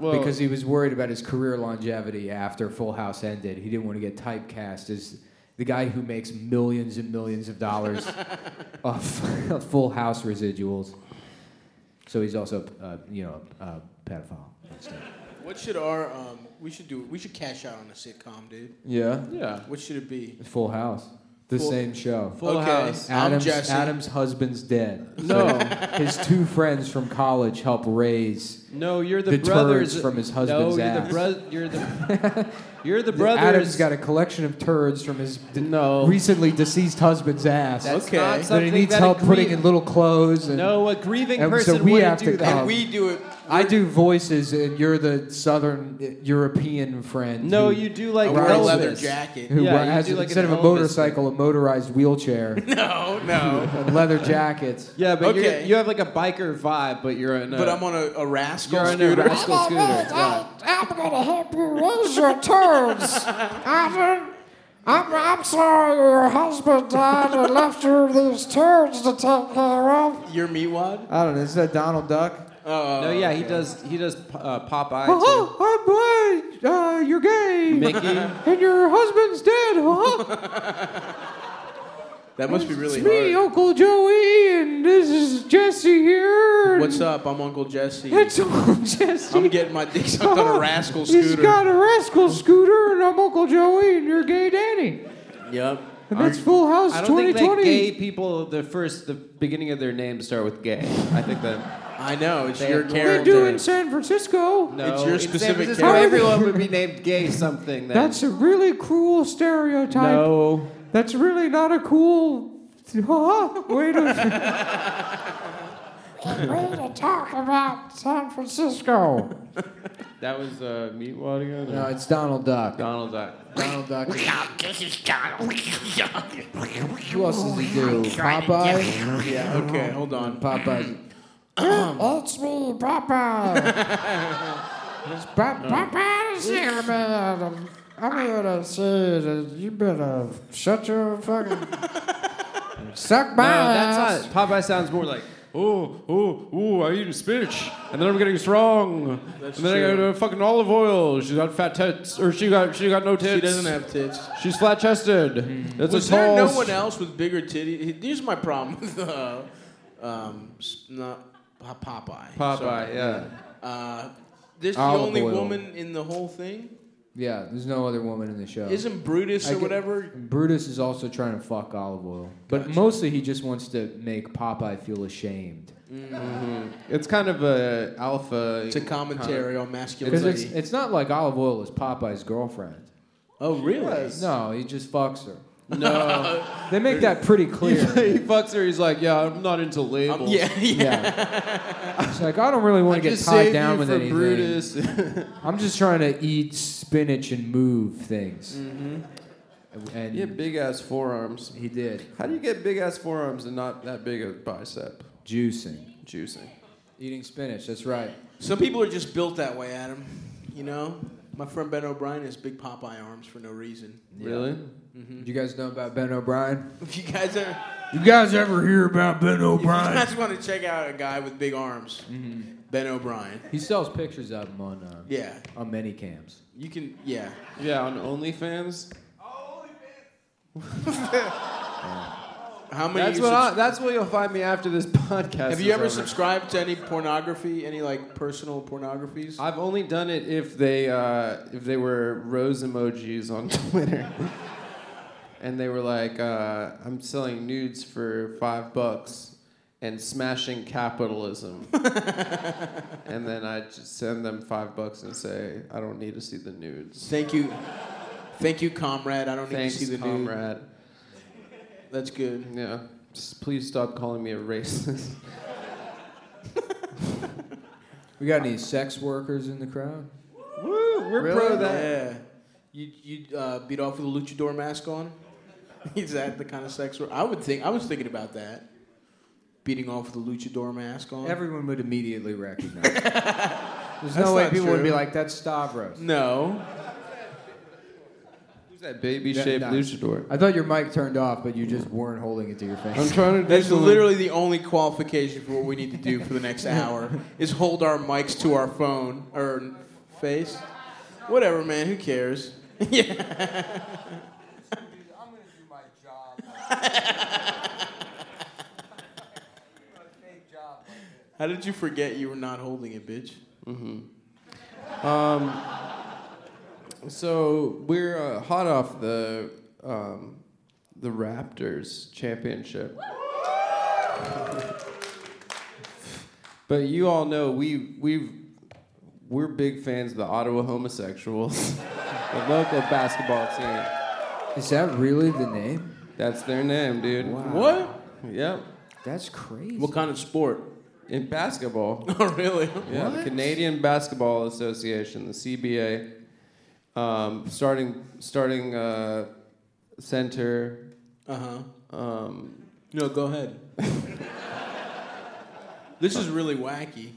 S3: Well,
S4: because he was worried about his career longevity after Full House ended. He didn't want to get typecast as the guy who makes millions and millions of dollars off of Full House residuals. So he's also, uh, you know, a pedophile.
S2: What should our um? We should do. We should cash out on a sitcom, dude.
S4: Yeah,
S3: yeah.
S2: What should it be?
S4: Full House, the
S2: Full-
S4: same show.
S3: Full
S2: okay,
S3: House.
S2: I'm
S4: Adam's,
S2: Jesse.
S4: Adam's husband's dead.
S3: No.
S4: his two friends from college help raise.
S3: No, you're the
S4: The
S3: brothers
S4: turds from his husband's
S3: no,
S4: ass.
S3: You're the, bro- you're the you're the brothers.
S4: Adam's got a collection of turds from his d-
S3: no.
S4: recently deceased husband's ass.
S3: That's
S2: Okay.
S3: not
S2: But
S4: But he
S3: something
S4: needs
S3: that
S4: help
S3: agree-
S4: putting in little clothes. And
S3: No, a grieving
S4: And so
S3: person
S4: we
S3: wouldn't
S4: have to
S3: do that.
S4: come-
S2: And we do it.
S4: I do voices, and you're the southern uh, European friend.
S3: No,
S4: who,
S3: you do like
S2: I wear a
S3: Elvis.
S2: leather jacket.
S4: Who
S3: Yeah,
S4: wa-
S3: you
S4: has,
S3: do like
S4: instead
S3: an
S4: of
S3: Elvis
S4: a motorcycle, a motorized wheelchair,
S2: No, no.
S4: and leather jackets.
S3: Yeah, but you're-
S2: Okay.
S3: you have like a biker vibe, but you're in a,
S2: But I'm on a, a rascal
S3: you're in a
S2: scooter.
S3: rascal scooter. Yeah.
S4: I'm gonna help you raise your turds. Adam, I'm, I'm sorry your husband died and left you these turds to take care of.
S2: You're Meatwad?
S4: I don't know. Is that Donald Duck?
S2: Oh,
S3: No, yeah, he
S2: okay.
S3: does. He does uh, Popeye. too.
S4: Oh, I'm blind. Uh, you're gay.
S3: Mickey.
S4: And your husband's dead. Huh?
S2: That must be really
S4: it's me,
S2: hard.
S4: Uncle Joey, and this is Jesse here. and
S2: What's up? I'm Uncle Jesse.
S4: It's Uncle Jesse.
S2: I'm getting my dick sucked on a rascal
S4: He's
S2: scooter.
S4: got a rascal scooter, and I'm Uncle Joey, and you're gay Danny.
S2: Yep.
S4: And that's Full House
S3: I don't think that
S4: 2020.
S3: gay people the first the beginning of their names start with gay. I think that
S2: I know. It's
S3: They-
S2: your
S3: They
S4: they
S2: character.
S4: do in San Francisco.
S3: no,
S2: It's your
S3: in San
S2: specific
S3: Francisco,
S4: character.
S3: Everyone would be named gay something. Then.
S4: That's a really cruel stereotype.
S3: no.
S4: That's really not a cool way to way to talk about San Francisco.
S3: That was uh, Meatwad again.
S4: No, it's Donald Duck.
S3: Donald Duck.
S4: Donald Duck. Is... Who else does he do? Popeye.
S2: Yeah, okay, hold on.
S4: Popeye. it's me, Popeye. It's Pop- Popeye's here, man. I'm here to say that you better shut your fucking suck my
S3: No,
S4: ass.
S3: that's not. Popeye sounds more like, oh, oh, oh, I'm eating spinach, and then I'm getting strong,
S2: That's
S3: and then I
S2: true.
S3: got uh, fucking olive oil. She's got fat tits, or she got she got no tits.
S2: She doesn't have tits.
S3: She's flat chested. That's
S2: Was
S3: a tall.
S2: there no one else with bigger titties? Here's my problem with uh, um, s- not Pa- Popeye.
S3: Popeye,
S2: Sorry.
S3: yeah.
S2: Uh, this
S4: Olive
S2: the only
S4: oil.
S2: woman in the whole thing?
S4: Yeah, there's no other woman in the show.
S2: Isn't Brutus
S4: I
S2: or
S4: get-
S2: whatever?
S4: Brutus is also trying to fuck olive oil, but
S2: Gotcha.
S4: mostly he just wants to make Popeye feel ashamed
S3: It's kind of a alpha.
S2: It's a commentary on
S4: because
S2: masculinity.
S4: it's, it's not like olive oil is Popeye's girlfriend.
S2: oh, really?
S4: No, he just fucks her.
S3: No.
S4: They make that pretty
S3: he,
S4: clear.
S3: he fucks her. He's like, yeah, I'm not into labels.
S2: Um, yeah, yeah.
S4: Yeah. It's like I don't really want to get
S3: Just
S4: tied
S3: save
S4: down
S3: you
S4: with
S3: for
S4: anything.
S3: Brutus.
S4: I'm just trying to eat spinach and move things.
S3: Mm-hmm.
S4: And
S3: you have big ass forearms.
S4: he did
S3: How do you get big ass forearms and not that big a bicep?
S4: juicing,
S3: Juicing.
S4: eating spinach. That's right.
S2: Some people are just built that way, Adam. You know, my friend Ben O'Brien has big Popeye arms for no reason.
S3: Really? Mm-hmm.
S4: You guys know about Ben O'Brien?
S2: If you guys are,
S4: You guys ever hear about Ben
S2: if you guys want to check out a guy with big arms, Ben O'Brien.
S4: He sells pictures of him on uh,
S2: Yeah,
S4: on many cams.
S2: you can. Yeah,
S3: Yeah, on OnlyFans.
S2: how many?
S3: That's
S2: you
S3: what.
S2: subs-
S3: I, that's where you'll find me after this podcast.
S2: have
S3: is
S2: you ever
S3: over.
S2: subscribed to any pornography, any like personal pornographies?
S3: I've only done it if they uh, if they were rose emojis on Twitter, and they were like, uh, "I'm selling nudes for five bucks and smashing capitalism," and then I just send them five bucks and say, "I don't need to see the nudes."
S2: Thank you, thank you, comrade. I don't
S3: Thanks,
S2: need to see the nude.
S3: comrade.
S2: That's good.
S3: Yeah, just please stop calling me a racist.
S4: We got any sex workers in the crowd?
S3: Woo, we're
S4: Really?
S3: pro that.
S2: Yeah. You you uh, beat off with a luchador mask on? Is that the kind of sex? Where, I would think. I was thinking about that. Beating off with a luchador mask on.
S4: Everyone would immediately recognize. Him. There's
S2: That's
S4: no way
S2: not
S4: people would be
S2: true.
S4: like, "That's Stavros."
S2: no.
S3: Who's that baby-shaped
S4: Yeah, nice.
S3: luchador?
S4: I thought your mic turned off, but you just weren't holding it to your
S3: I'm
S4: face.
S3: trying to. do
S2: That's
S3: something.
S2: literally the only qualification for what we need to do for the next hour is hold our mics to our phone or face. Whatever, man. Who cares? How did you forget you were not holding it, bitch?
S3: So we're uh, hot off the um, the Raptors championship. but you all know we we've we're big fans of the Ottawa homosexuals, the local basketball team.
S4: Is that really the name?
S3: That's their name, dude.
S2: What?
S3: Yep.
S4: That's crazy.
S2: What kind of sport?
S3: In basketball.
S2: Oh, really?
S3: Yeah, the Canadian Basketball Association, the CBA, um, starting starting uh, center.
S2: Uh huh.
S3: Um,
S2: No, go ahead. this is really wacky.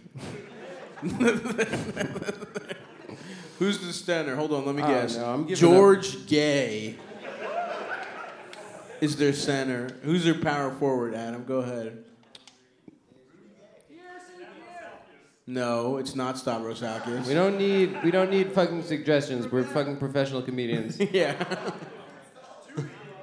S2: Who's the center? Hold on, let me
S3: I don't
S2: guess.
S3: know, I'm giving
S2: George Gay is their center. Who's their power forward, Adam? Go ahead. No, it's not
S3: We
S2: Stavrosakis.
S3: don't need we don't need fucking suggestions. We're fucking professional comedians.
S2: yeah.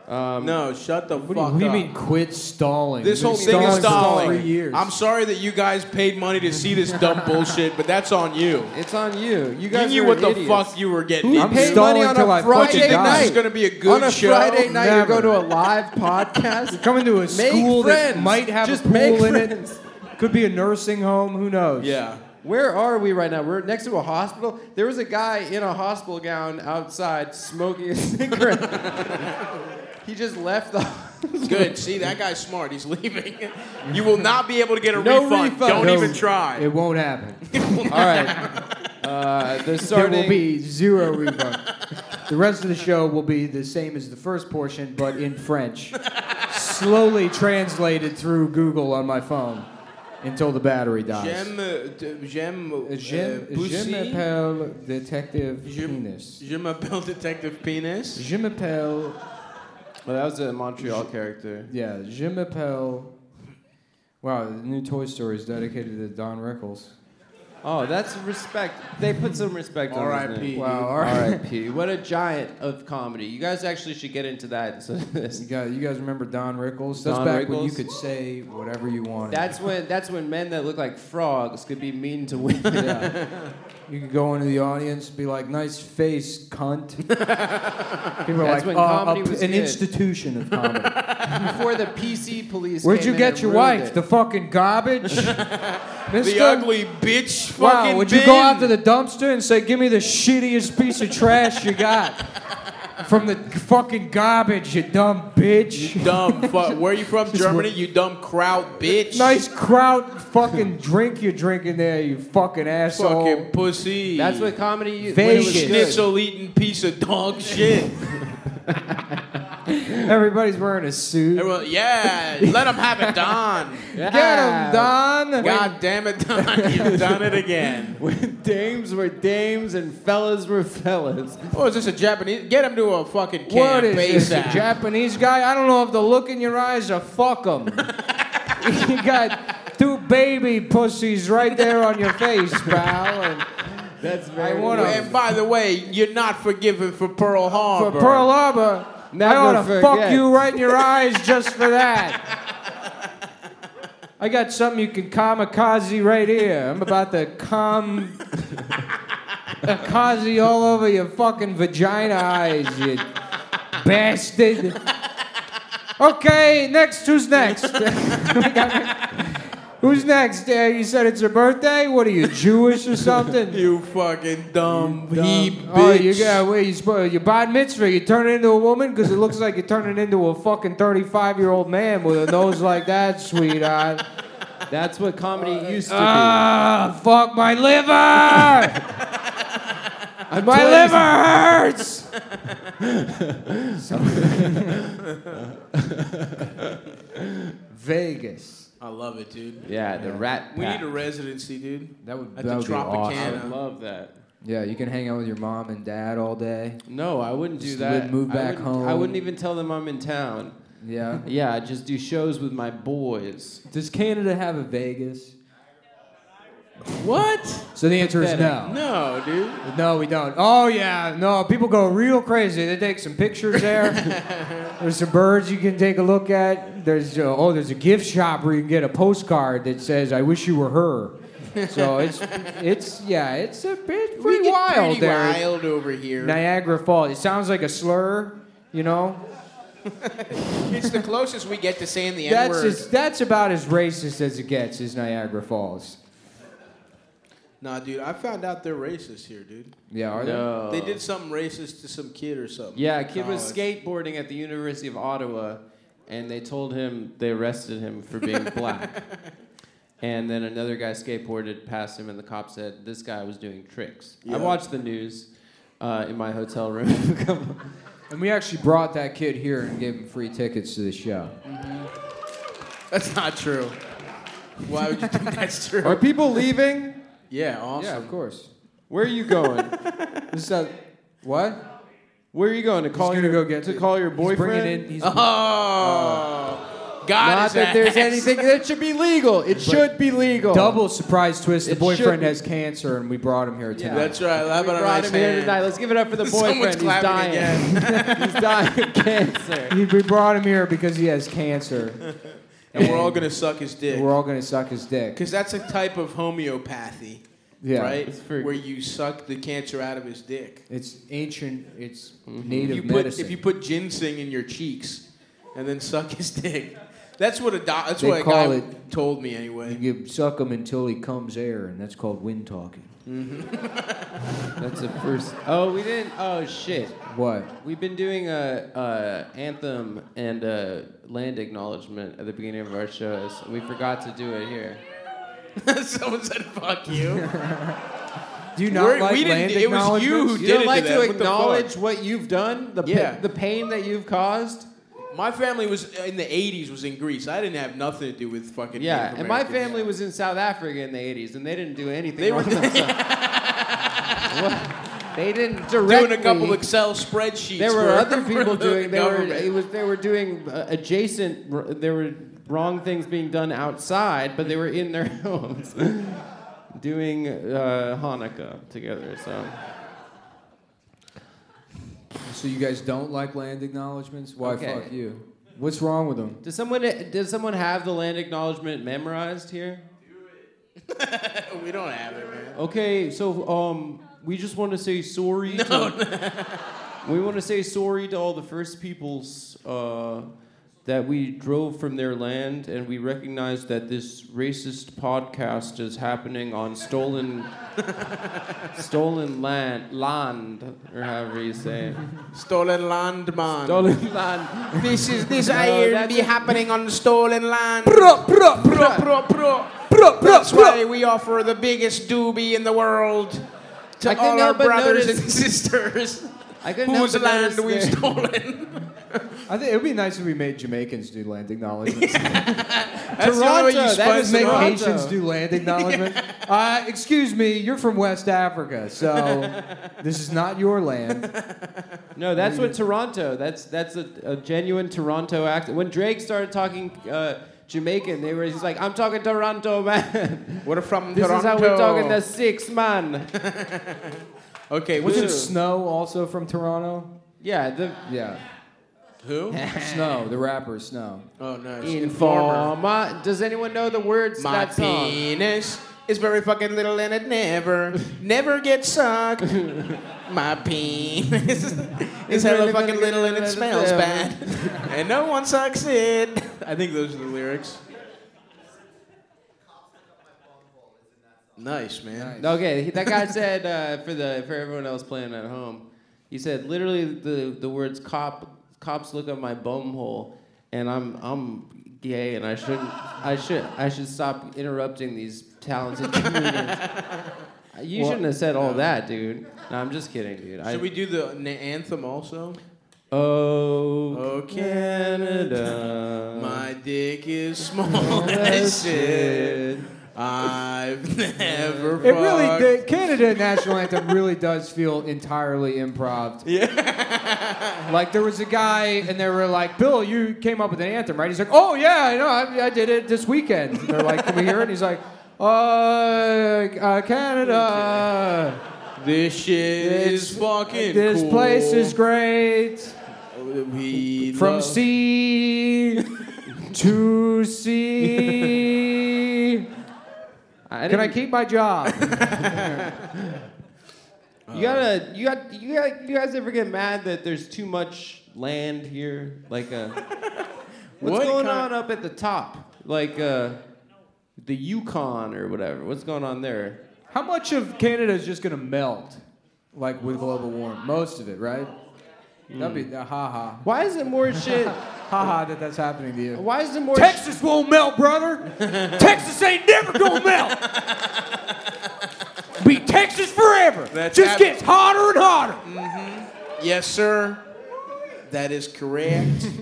S2: no, shut the
S4: Um, What do you,
S2: fuck
S4: what do you
S2: up.
S4: mean? Quit stalling.
S2: This
S4: We've
S2: whole
S4: been
S2: thing is
S4: for
S2: stalling.
S4: Three years.
S2: I'm sorry that you guys paid money to see this dumb bullshit, but that's on you.
S3: It's on you. You
S2: You
S3: guys
S2: knew
S3: are
S2: what the
S3: idiots.
S2: fuck you were getting.
S3: Who
S4: I'm
S2: into.
S3: paid
S4: stalling
S3: money on
S4: till I
S3: a
S4: fucking
S3: Friday
S2: You think
S4: die.
S2: this
S3: night?
S2: is going to be a good
S3: on a
S2: show.
S3: Friday night, you go
S4: Never.
S3: to a live podcast.
S4: coming to a
S3: Make
S4: school
S3: friends.
S4: that might have a
S3: Just
S4: pool
S3: make
S4: in it.
S3: friends.
S4: Could be a nursing home. Who knows?
S2: Yeah.
S3: Where are we right now? We're next to a hospital. There was a guy in a hospital gown outside smoking a cigarette. he just left the.
S2: Good. See, that guy's smart. He's leaving. You will not be able to get a
S3: No
S2: refund.
S3: refund.
S2: Don't
S4: No,
S2: even try.
S4: It won't happen.
S3: All right. Uh, the
S4: there
S3: starting.
S4: will be zero refund. the rest of the show will be the same as the first portion, but in French, slowly translated through Google on my phone until the battery dies.
S2: J'aime, uh, d- j'aime, uh,
S4: Je, je
S2: pussy.
S4: m'appelle Detective
S2: Je-
S4: Penis.
S2: Je m'appelle Detective Penis.
S4: Je m'appelle.
S3: Well, that was a Montreal character.
S4: Yeah, je m'appelle. Wow, the new Toy Story is dedicated to Don Rickles.
S3: Oh, that's respect. They put some respect on his
S2: R.I.P.,
S3: name.
S2: dude.
S4: Wow, R.I.P..
S3: R.I.P. What a giant of comedy. You guys actually should get into that. instead of
S4: You
S3: this.
S4: guys, you guys remember Don Rickles? That's
S3: Don
S4: back when you
S3: Rickles.
S4: could say whatever you wanted.
S3: That's when that's when men that look like frogs could be mean to women.
S4: Yeah. You could go into the audience and be like, nice face, cunt. People are
S3: That's
S4: like,
S3: when
S4: "Uh,
S3: comedy
S4: a p-
S3: was
S4: an
S3: good."
S4: institution of comedy.
S3: Before the PC police.
S4: Where'd
S3: came
S4: you
S3: in
S4: get
S3: and
S4: your
S3: ruined
S4: wife?
S3: it.
S4: The fucking garbage?
S2: The
S4: Mister?
S2: ugly bitch fucking
S4: Wow, would you go
S2: bin.
S4: out to the dumpster and say, give me the shittiest piece of trash you got? from the fucking garbage, you dumb bitch.
S2: Dumb fuck. Where are you from? Germany? You dumb kraut bitch.
S4: Nice kraut fucking drink you're drinking there, you fucking asshole.
S2: fucking pussy.
S3: That's what comedy. When it
S4: Vegas.
S3: was good.
S2: schnitzel eating piece of dog shit.
S4: Everybody's wearing a suit.
S2: Everyone, yeah, let him have it, Don.
S4: Get him, Don.
S2: God damn it, Don, you've done it again.
S3: When dames were dames and fellas were fellas.
S2: Oh, is this a Japanese? Get him to a fucking camp.
S4: What is this? A
S2: ASAP.
S4: Japanese guy? I don't know if the look in your eyes or fuck him. you got two baby pussies right there on your face, pal. And
S3: That's
S4: I
S3: very.
S4: wanna-
S3: weird.
S2: And by the way, you're not forgiven for Pearl
S4: for
S2: Harbor.
S4: Pearl Harbor,
S3: Never
S4: I ought to fuck
S3: forget.
S4: you right in your eyes just for that. I got something you can kamikaze right here. I'm about to come kamikaze all over your fucking vagina eyes, you bastard. Okay, next. Who's next? Who's next? Uh, you said it's your birthday? What are you, Jewish or something?
S2: You fucking dumb, he bitch.
S4: Oh, you got wait, you spo- you bat mitzvah, you turn it into a woman because it looks like you're turning into a fucking 35 year old man with a nose like that, sweetheart.
S3: That's what comedy
S2: Uh,
S3: used to
S4: Ah, fuck my liver!
S3: be. I'm
S4: My
S3: telling
S4: liver hurts. Vegas.
S2: I love it, dude.
S3: you- Yeah, the rat.
S2: We
S3: pack.
S2: need a residency, dude.
S4: That would,
S2: At
S4: that
S2: the
S4: would be awesome.
S2: Tropicana.
S3: I love that.
S4: Yeah, you can hang out with your mom and dad all day.
S3: No, I wouldn't do
S4: Just
S3: that.
S4: would move
S3: I
S4: back
S3: wouldn't- I
S4: home.
S3: wouldn't even tell them I'm in town.
S4: Yeah.
S3: Yeah, I just do shows with my boys.
S4: Does Canada have a Vegas?
S2: What?
S4: So the answer is
S3: Pathetic.
S4: no.
S2: No, dude.
S4: No, we don't. Oh yeah, no. People go real crazy. They take some pictures there. there's some birds you can take a look at. There's uh, oh, there's a gift shop where you can get a postcard that says "I wish you were her." So it's it's yeah, it's a bit pretty
S2: we get
S4: wild
S2: pretty
S4: there.
S2: wild over here.
S4: Niagara Falls. It sounds like a slur, you know.
S2: It's the closest we get to saying the N
S4: That's
S2: word.
S4: as, that's about as racist as it gets. Is Niagara Falls?
S2: Nah, dude. I found out they're racist here, dude.
S4: Yeah, are they?
S3: No.
S2: They did something racist to some kid or something.
S3: Uh, Yeah, a kid was
S2: College.
S3: skateboarding at the University of Ottawa, and they told him they arrested him for being black. And then another guy skateboarded past him, and the cop said this guy was doing tricks.
S2: Yeah.
S3: I watched the news uh, in my hotel room.
S4: And we actually brought that kid here and gave him free tickets to the show.
S2: That's not true. Why would you think that's true?
S3: Are people leaving?
S2: yeah, awesome.
S4: Yeah, of course.
S3: Where are you going?
S4: This is a- what?
S3: Where are you going to call
S4: gonna
S3: your
S4: go get
S3: to
S4: it.
S3: call your
S4: He's bringing
S3: boyfriend?
S4: in- he's-
S2: Oh, God
S3: uh, Not
S2: is
S3: that there's
S2: ass.
S3: anything that should be legal. It should be legal.
S4: double surprise twist. The
S3: It should
S4: boyfriend
S3: be-
S4: has cancer, and we brought him here tonight.
S2: That's right. How
S3: We
S2: about a
S3: brought
S2: nice
S3: him here
S2: hand?
S3: tonight. Let's give it up for the
S2: Someone's
S3: boyfriend. He's
S2: clapping
S3: dying. He's dying of cancer.
S4: He- we brought him here because he has cancer.
S2: And we're all gonna suck his dick.
S4: We're all gonna suck his dick.
S2: Because that's a type of homeopathy,
S4: Yeah,
S2: right?
S3: it's for-
S2: Where you suck the cancer out of his dick.
S4: it's ancient. It's native
S2: You put,
S4: medicine.
S2: if you put ginseng in your cheeks and then suck his dick, that's what a do- that's
S4: They
S2: what a
S4: call
S2: guy
S4: it-
S2: told me anyway.
S4: You give- suck him until he comes air, and that's called wind talking.
S3: That's the first. Oh, we didn't. Oh shit.
S4: What?
S3: We've been doing a, a anthem and a land acknowledgement at the beginning of our shows. We forgot to do it here.
S2: Someone said, "Fuck you."
S4: Do you not
S2: We're-
S4: like
S2: we didn't-
S4: land
S2: it was you who
S4: acknowledgements?
S2: did
S3: You
S2: it
S3: don't like
S2: to,
S3: to
S2: them. What the fuck?
S3: acknowledge what you've done, the pa-
S2: Yeah.
S3: the pain that you've caused.
S2: My family was in the '80s. Was in Greece. I didn't have nothing to do with fucking.
S3: Yeah,
S2: Native
S3: and my
S2: Americans.
S3: family was in South Africa in the '80s, and they didn't do anything.
S2: They were-
S3: wrong themselves. they didn't directly.
S2: doing a couple Excel spreadsheets.
S3: There were
S2: for-
S3: other
S2: for
S3: people
S2: the
S3: doing. They were,
S2: government.
S3: it was, they were doing uh, adjacent. r- There were wrong things being done outside, but they were in their homes doing uh, Hanukkah together. So
S4: So you guys don't like land acknowledgements? Why
S3: Okay.
S4: fuck you? What's wrong with them?
S3: does someone does someone have the land acknowledgement memorized here?
S2: we don't have it, man.
S3: Okay, so um, we just want to say sorry. to, We want to say sorry to all the first peoples uh, that we drove from their land and we recognized that this racist podcast is happening on stolen stolen land land or however you say it.
S2: Stolen land, man.
S3: Stolen land.
S2: This is this
S3: No,
S2: I will
S3: that's
S2: be
S3: a-
S2: happening on stolen land. Bro, bro, bro, bro, bro, bro, That's why we offer the biggest doobie in the world to
S3: I couldn't
S2: all our
S3: help but
S2: brothers
S3: notice-
S2: and sisters
S3: I couldn't help
S2: whose
S3: but
S2: land
S3: notice
S2: we've
S3: there-
S2: stolen.
S4: I think it would be nice if we made Jamaicans do land acknowledgments.
S2: That's the only way
S3: Toronto,
S2: you
S3: that
S2: spice
S3: is
S2: it
S4: make
S2: up.
S3: Toronto.
S4: Haitians do land acknowledgments. Uh, excuse me, you're from West Africa, so this is not your land.
S3: No, that's what Toronto. That's that's a, a genuine Toronto accent. When Drake started talking uh, Jamaican, they were he's like, "I'm talking Toronto, man.
S2: We're from
S3: this
S2: Toronto.
S3: is how we're talking the six man."
S2: Okay, what's your-
S4: Wasn't Snow also from Toronto?
S3: Yeah, the
S4: Yeah.
S2: who?
S4: Snow, the rapper Snow.
S2: Oh, nice. Informer.
S3: informer. Does anyone know the words to
S2: My
S3: that song?
S2: penis is very fucking little and it never, never gets sucked. My penis is hella fucking little and it smells bad. And no one sucks it. I think those are the lyrics. Nice, man.
S3: Okay, he- that guy said uh, for the for everyone else playing at home, he said literally the the words "cop cops look at my bum hole," and I'm I'm gay and I shouldn't I should I should stop interrupting these talented comedians. You shouldn't have said all that, dude. No, I'm just kidding, dude. I,
S2: Should we do the na- anthem also?
S3: oh,
S2: Oh,
S3: Canada,
S2: My dick is small as shit. I've never
S4: It really
S2: fucked.
S4: did. Canada National Anthem really does feel entirely improv. Yeah. like there was a guy, and they were like, "Bill, you came up with an anthem, right?" He's like, "Oh yeah, I know, I, I did it this weekend." And they're like, "Can we hear it?" And he's like, "Uh, uh Canada,
S2: This shit
S4: This-
S2: is fucking
S4: this
S2: cool.
S4: place is great
S2: We
S4: from
S2: love-
S4: sea to sea."
S3: I
S4: Can I
S3: didn't-
S4: keep my job?
S3: You gotta,
S4: Um,
S3: you got, you got, you guys ever get mad that there's too much land here? Like, uh, what's
S2: What
S3: going
S2: kind-
S3: on up at the top? Like, uh, the Yukon or whatever. What's going on there?
S4: How much of Canada is just gonna melt, like with global warming? Most of it, right? That'd be uh, ha ha
S3: Why is it more shit?
S4: ha ha that that's happening to you.
S3: Why is it more?
S4: Texas won't melt, brother. Texas ain't never gonna melt. Be Texas forever.
S2: That's
S4: just
S2: hap-
S4: gets hotter and hotter.
S2: Yes, sir. That is correct.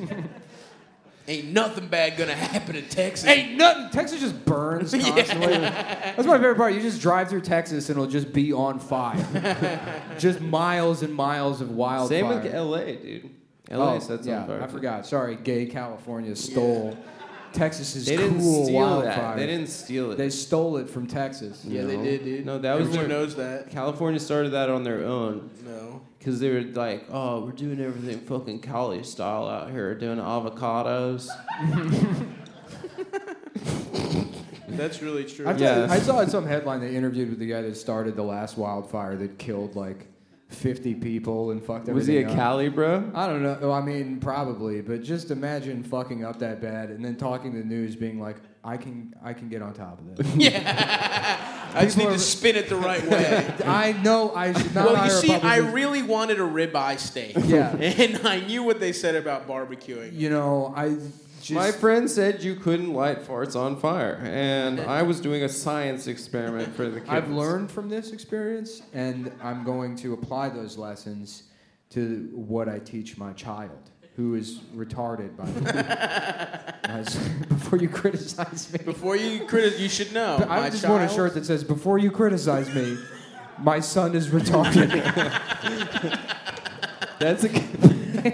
S2: Ain't nothing bad gonna happen in Texas.
S4: Ain't nothing. Texas just burns constantly. That's my favorite part. You just drive through Texas and it'll just be on fire. just miles and miles of wildfire. Oh,
S3: Same with L.A., dude. L.A. sets
S4: yeah,
S3: on fire.
S4: I forgot. Sorry, gay California stole Texas's
S3: They
S4: cool
S3: didn't steal
S4: wildfire.
S3: that. They didn't steal it.
S4: They stole it from Texas.
S2: yeah, they
S3: No.
S2: did, dude.
S3: No, that was
S2: Everyone
S3: their-
S2: knows that.
S3: California started that on their own.
S2: No.
S3: Because they were like, oh, we're doing everything fucking Cali style out here, doing avocados.
S2: That's really true.
S4: I, thought-
S3: Yeah.
S4: I saw in some headline they interviewed with the guy that started the last wildfire that killed like 50 people and fucked everything
S3: Was he a
S4: up.
S3: Cali bro?
S4: I don't know. Well, I mean, probably, but just imagine fucking up that bad and then talking to the news, being like, "I can, I can get on top of this.
S2: I just need
S4: people
S2: to
S4: are-
S2: spin it the right way.
S4: I know I should not."
S2: well, you
S4: hire a
S2: see, I
S4: publicist."
S2: really wanted a ribeye steak.
S4: Yeah.
S2: And I knew what they said about barbecuing.
S4: you know, I just
S3: My friend said you couldn't light farts on fire, and I was doing a science experiment for the kids.
S4: I've learned from this experience, and I'm going to apply those lessons to what I teach my child, who is retarded by the way. As- Before you criticize me,
S2: Before you criticize, you should know.
S4: But I
S2: Oh, my
S4: just
S2: child,
S4: want a shirt that says, "Before you criticize me, my son is retarded."
S3: That's a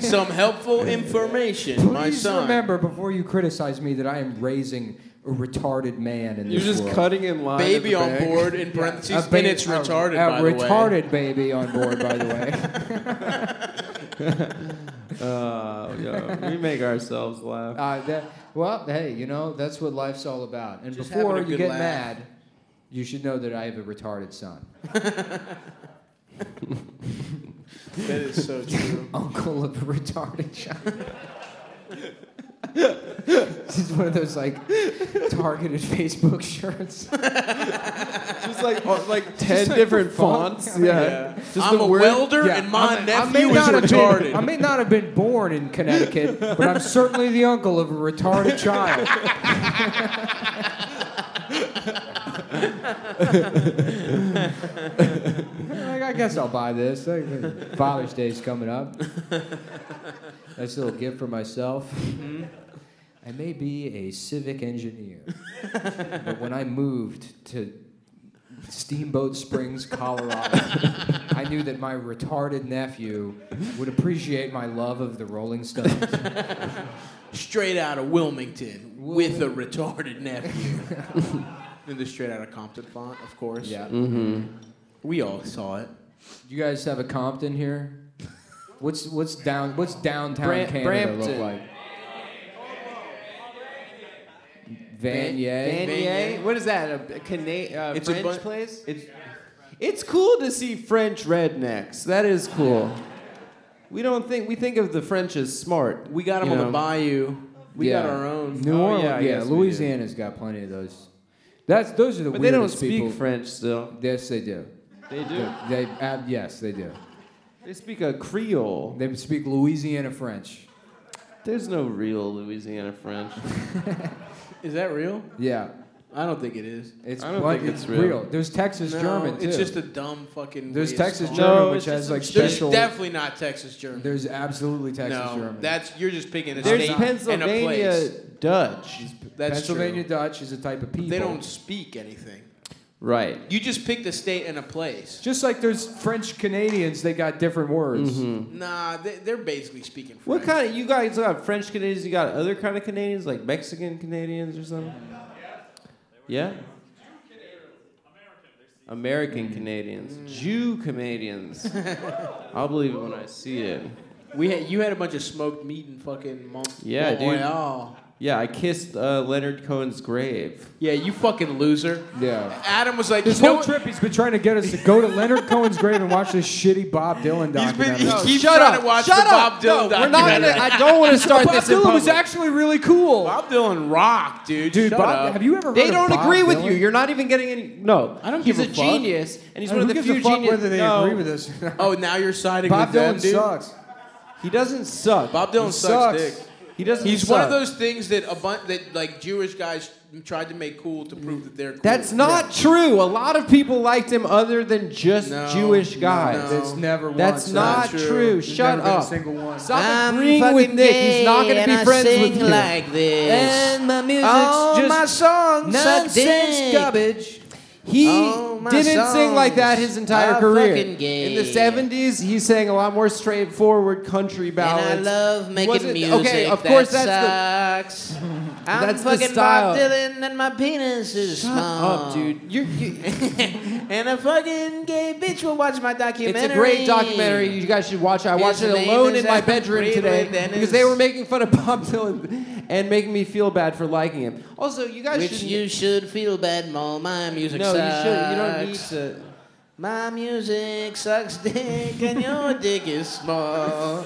S2: some helpful information. my
S4: Please
S2: son.
S4: remember, before you criticize me, that I am raising a retarded man in
S3: you're
S4: this
S3: just
S4: world.
S3: cutting in line. at
S2: baby
S3: the
S2: on
S3: bank.
S2: board in
S4: A
S2: parentheses,
S4: ba-
S2: and it's
S4: a-
S2: retarded.
S4: a
S2: by
S4: retarded baby on board, by the way.
S3: Oh, yeah. we make ourselves laugh.
S4: Uh, that, well, hey, you know that's what life's all about. And
S2: Just
S4: before
S2: having a
S4: you
S2: good
S4: get
S2: laugh.
S4: mad, you should know that I have a retarded son.
S2: the way. That is so true.
S4: Uncle of a retarded child. It's one of those like targeted Facebook shirts.
S3: Just like all- like ten different fonts. Yeah. Just
S2: I'm
S3: the
S2: a
S3: word-
S2: welder,
S4: Yeah,
S2: and my
S4: I may- I may
S2: nephew is
S4: not have been-
S2: retarded.
S4: I may not have been born in Connecticut, but I'm certainly the uncle of a retarded child. Like, I guess I'll buy this. Like, Father's Day's coming up. Nice little gift for myself. I may be a civic engineer, but when I moved to Steamboat Springs, Colorado, I knew that my retarded nephew would appreciate my love of the Rolling Stones.
S2: straight out of Wilmington with a retarded nephew. In the straight out of Compton font, of course.
S4: Yeah.
S2: We all saw it.
S4: You guys have a Compton here? What's what's down what's downtown
S3: Bram-
S4: Canada look
S3: Brampton.
S4: like? Vanier.
S3: Vanier. What is that? A, a Cana- uh,
S2: It's a
S3: French
S2: bun-
S3: place? It's, it's cool to see French rednecks. That is cool. We don't think we think of the French as smart.
S2: We got him
S3: you
S2: on the
S3: know?
S2: bayou. We got
S4: Yeah.
S2: our own.
S4: New
S3: Oh,
S4: Orleans.
S3: yeah,
S4: Yeah,
S3: I guess we do.
S4: Louisiana's got plenty of those. That's those are the
S3: But they don't
S4: weirdest
S3: speak
S4: people.
S3: French still.
S4: Yes, they do.
S3: They do.
S4: They, uh, yes, they do.
S3: They speak a Creole.
S4: They speak Louisiana French.
S3: There's no real Louisiana French.
S2: Is that real?
S4: Yeah,
S2: I don't think it is.
S4: it's
S3: I don't
S4: but
S3: think it's
S4: it's
S3: real.
S4: There's Texas
S2: No,
S4: German too.
S2: It's just a dumb fucking.
S4: there's
S2: way of
S4: Texas
S2: calling
S3: No,
S4: German,
S3: it's
S4: which
S3: just
S4: has
S3: some
S4: like
S2: it. There's
S4: special.
S2: definitely not Texas German.
S4: There's absolutely Texas
S2: no,
S4: German.
S2: that's you're just picking a
S3: There's
S2: state and a
S3: Pennsylvania
S2: place.
S3: Dutch.
S2: That's
S4: Pennsylvania
S2: true.
S4: Dutch is a type of people.
S2: They don't speak anything.
S3: Right.
S2: You just picked a state and a place.
S4: Just like there's French Canadians, they got different words.
S2: Mm-hmm. Nah, they, they're basically speaking. French.
S3: What kind of you guys got French Canadians? You got other kind of Canadians like Mexican Canadians or something? Yeah. American Canadians, Jew Canadians. I'll believe it when I see it.
S2: We had, you had a bunch of smoked meat and fucking Mont-
S3: Yeah, dude.
S2: Montreal.
S3: Yeah, I kissed uh, Leonard Cohen's grave.
S2: Yeah, you fucking loser.
S4: Yeah.
S2: Adam was like,
S4: This
S2: you know
S4: whole
S2: what?
S4: trip, he's been trying to get us to go to Leonard Cohen's grave and watch this shitty Bob Dylan
S2: He's been-
S4: documentary.
S3: Oh,
S2: he keeps trying to watch the Bob Dylan
S3: no, we're not gonna,
S2: documentary.
S3: I don't want to start
S4: Bob
S3: this. in
S4: Dylan was
S3: public.
S4: actually really cool.
S2: Bob Dylan rock, dude.
S4: Dude,
S2: Shut
S4: Bob,
S2: up.
S4: have you ever heard
S3: They
S4: of
S3: don't
S4: Bob
S3: agree with
S4: Dylan?
S3: you. You're not even getting any. No,
S2: I don't
S3: He's
S2: give
S3: a
S2: a fuck.
S3: genius, and he's
S4: And
S3: one
S4: who
S3: of the
S4: gives
S3: few
S4: a fuck
S3: genius.
S4: whether they
S3: no,
S4: agree with us. or not?
S2: oh, now you're siding
S4: Bob
S2: with them,
S4: Dylan
S2: dude.
S4: sucks.
S3: he doesn't suck.
S2: Bob Dylan
S4: He
S2: sucks,
S4: sucks.
S2: dick.
S3: he doesn't.
S2: He's
S3: suck.
S2: one of those things that a bunch that like Jewish guys tried to make cool to prove that they're cool.
S3: That's not true. A lot of people liked him other than just
S2: No,
S3: Jewish
S2: no,
S3: guys.
S2: no.
S4: It's never
S3: That's
S4: once.
S3: not
S2: true.
S3: true.
S4: There's
S3: Shut
S4: never been a
S3: up.
S4: single one.
S3: Stop agreeing with Nick. He's not going to be friends with you.
S2: this.
S3: and my music's
S4: All
S3: just
S4: my songs suck
S3: nonsense
S4: dick.
S3: garbage. He
S2: All Oh, my
S3: didn't sing like that his entire
S2: songs are
S3: career.
S2: fucking gay.
S3: In the seventies, he sang a lot more straightforward country ballads.
S2: love
S3: making wasn't- music okay, of that course
S2: that's sucks.
S3: I'm That's the fucking Bob style.
S2: Dylan and my penis is
S3: Shut up, dude. You're, you,
S2: and a fucking gay bitch will watch my documentary.
S3: It's a great documentary. You guys should watch it. I watched
S2: His
S3: it
S2: name
S3: alone
S2: is
S3: in my
S2: Alfred
S3: bedroom
S2: Breedlove
S3: today
S2: Dennis.
S3: because they were making fun of Bob Dylan and making me feel bad for liking him. Also, you guys should
S2: should feel bad, Mom. My music
S3: no, you should. You don't need to.
S2: My music sucks dick and your dick is small.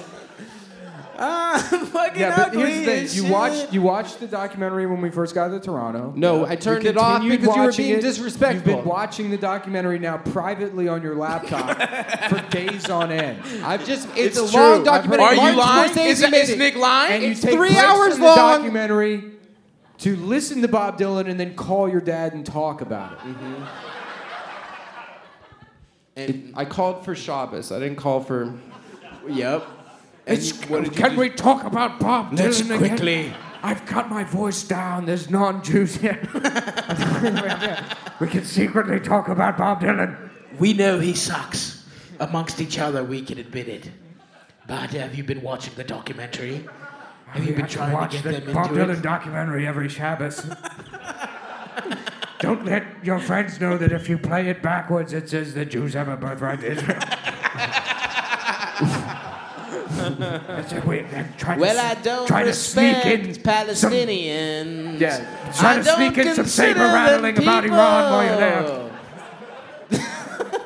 S2: I'm fucking
S4: Yeah, but
S2: ugly
S4: here's the thing.
S2: as
S4: You
S2: shit.
S4: watched, you watched the documentary when we first got to Toronto.
S3: No, I turned it off
S4: continued
S3: because you were
S4: watching
S3: being
S4: it.
S3: disrespectful.
S4: You've been watching the documentary now privately on your laptop for days on end.
S3: I've just. It's, a
S4: true.
S3: long
S4: I've heard
S3: documentary.
S2: Are you
S3: Martin
S2: lying?
S3: Scorsese
S2: Is, that-
S3: made
S2: is
S3: it.
S2: Nick lying?
S4: And you
S3: It's
S4: take
S3: three
S4: breaks
S3: hours
S4: from
S3: long.
S4: the documentary to listen to Bob Dylan and then call your dad and talk about it.
S3: Mm-hmm.
S2: And-
S3: I called for Shabbos. I didn't call for.
S2: yep. And
S4: It's-
S2: you- what did you
S4: can
S2: do?
S4: we talk about Bob
S2: Let's
S4: Dylan again?
S2: quickly.
S4: I've got my voice down. There's non-Jews here. we can secretly talk about Bob Dylan.
S2: We know he sucks. Amongst each other, we can admit it. But uh, have you been watching the documentary? Have you been trying to get them into it?
S4: documentary every Shabbos. Don't let your friends know that if you play it backwards, it says the Jews have a birthright to Israel. That's it, we- they're trying to s- trying to sneak in some-
S2: Palestinians.
S4: Yeah, trying to sneak in some saber rattling about Iran while you're there.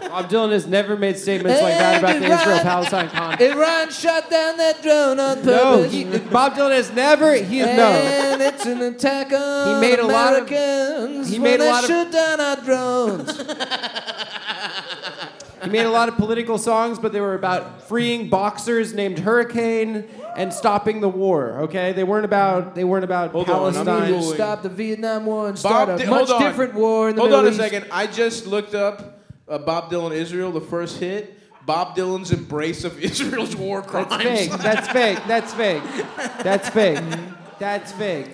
S3: Bob Dylan has never made statements like that about the Israel-Palestine conflict.
S4: Iran shot down that drone on
S3: No,
S4: purpose.
S3: he, Bob Dylan has never. He has no.
S4: And it's an attack on
S3: made a lot of-
S4: Americans
S3: he
S4: when
S3: made a
S4: they
S3: lot of-
S4: shoot down our drones.
S3: He made a lot of political songs, but they were about freeing boxers named Hurricane and stopping the war. Okay, they weren't about. They weren't about
S2: Hold on, I'm
S3: Palestine.
S2: Googling.
S4: to stop the Vietnam War and start
S2: Bob
S4: a
S2: Dy-
S4: much
S2: hold on.
S4: different war in the
S2: Hold
S4: Middle
S2: on a
S4: East.
S2: second. I just looked up uh, Bob Dylan Israel, the first hit. Bob Dylan's embrace of Israel's war crimes.
S3: That's fake. That's fake. That's fake. That's fake. That's fake.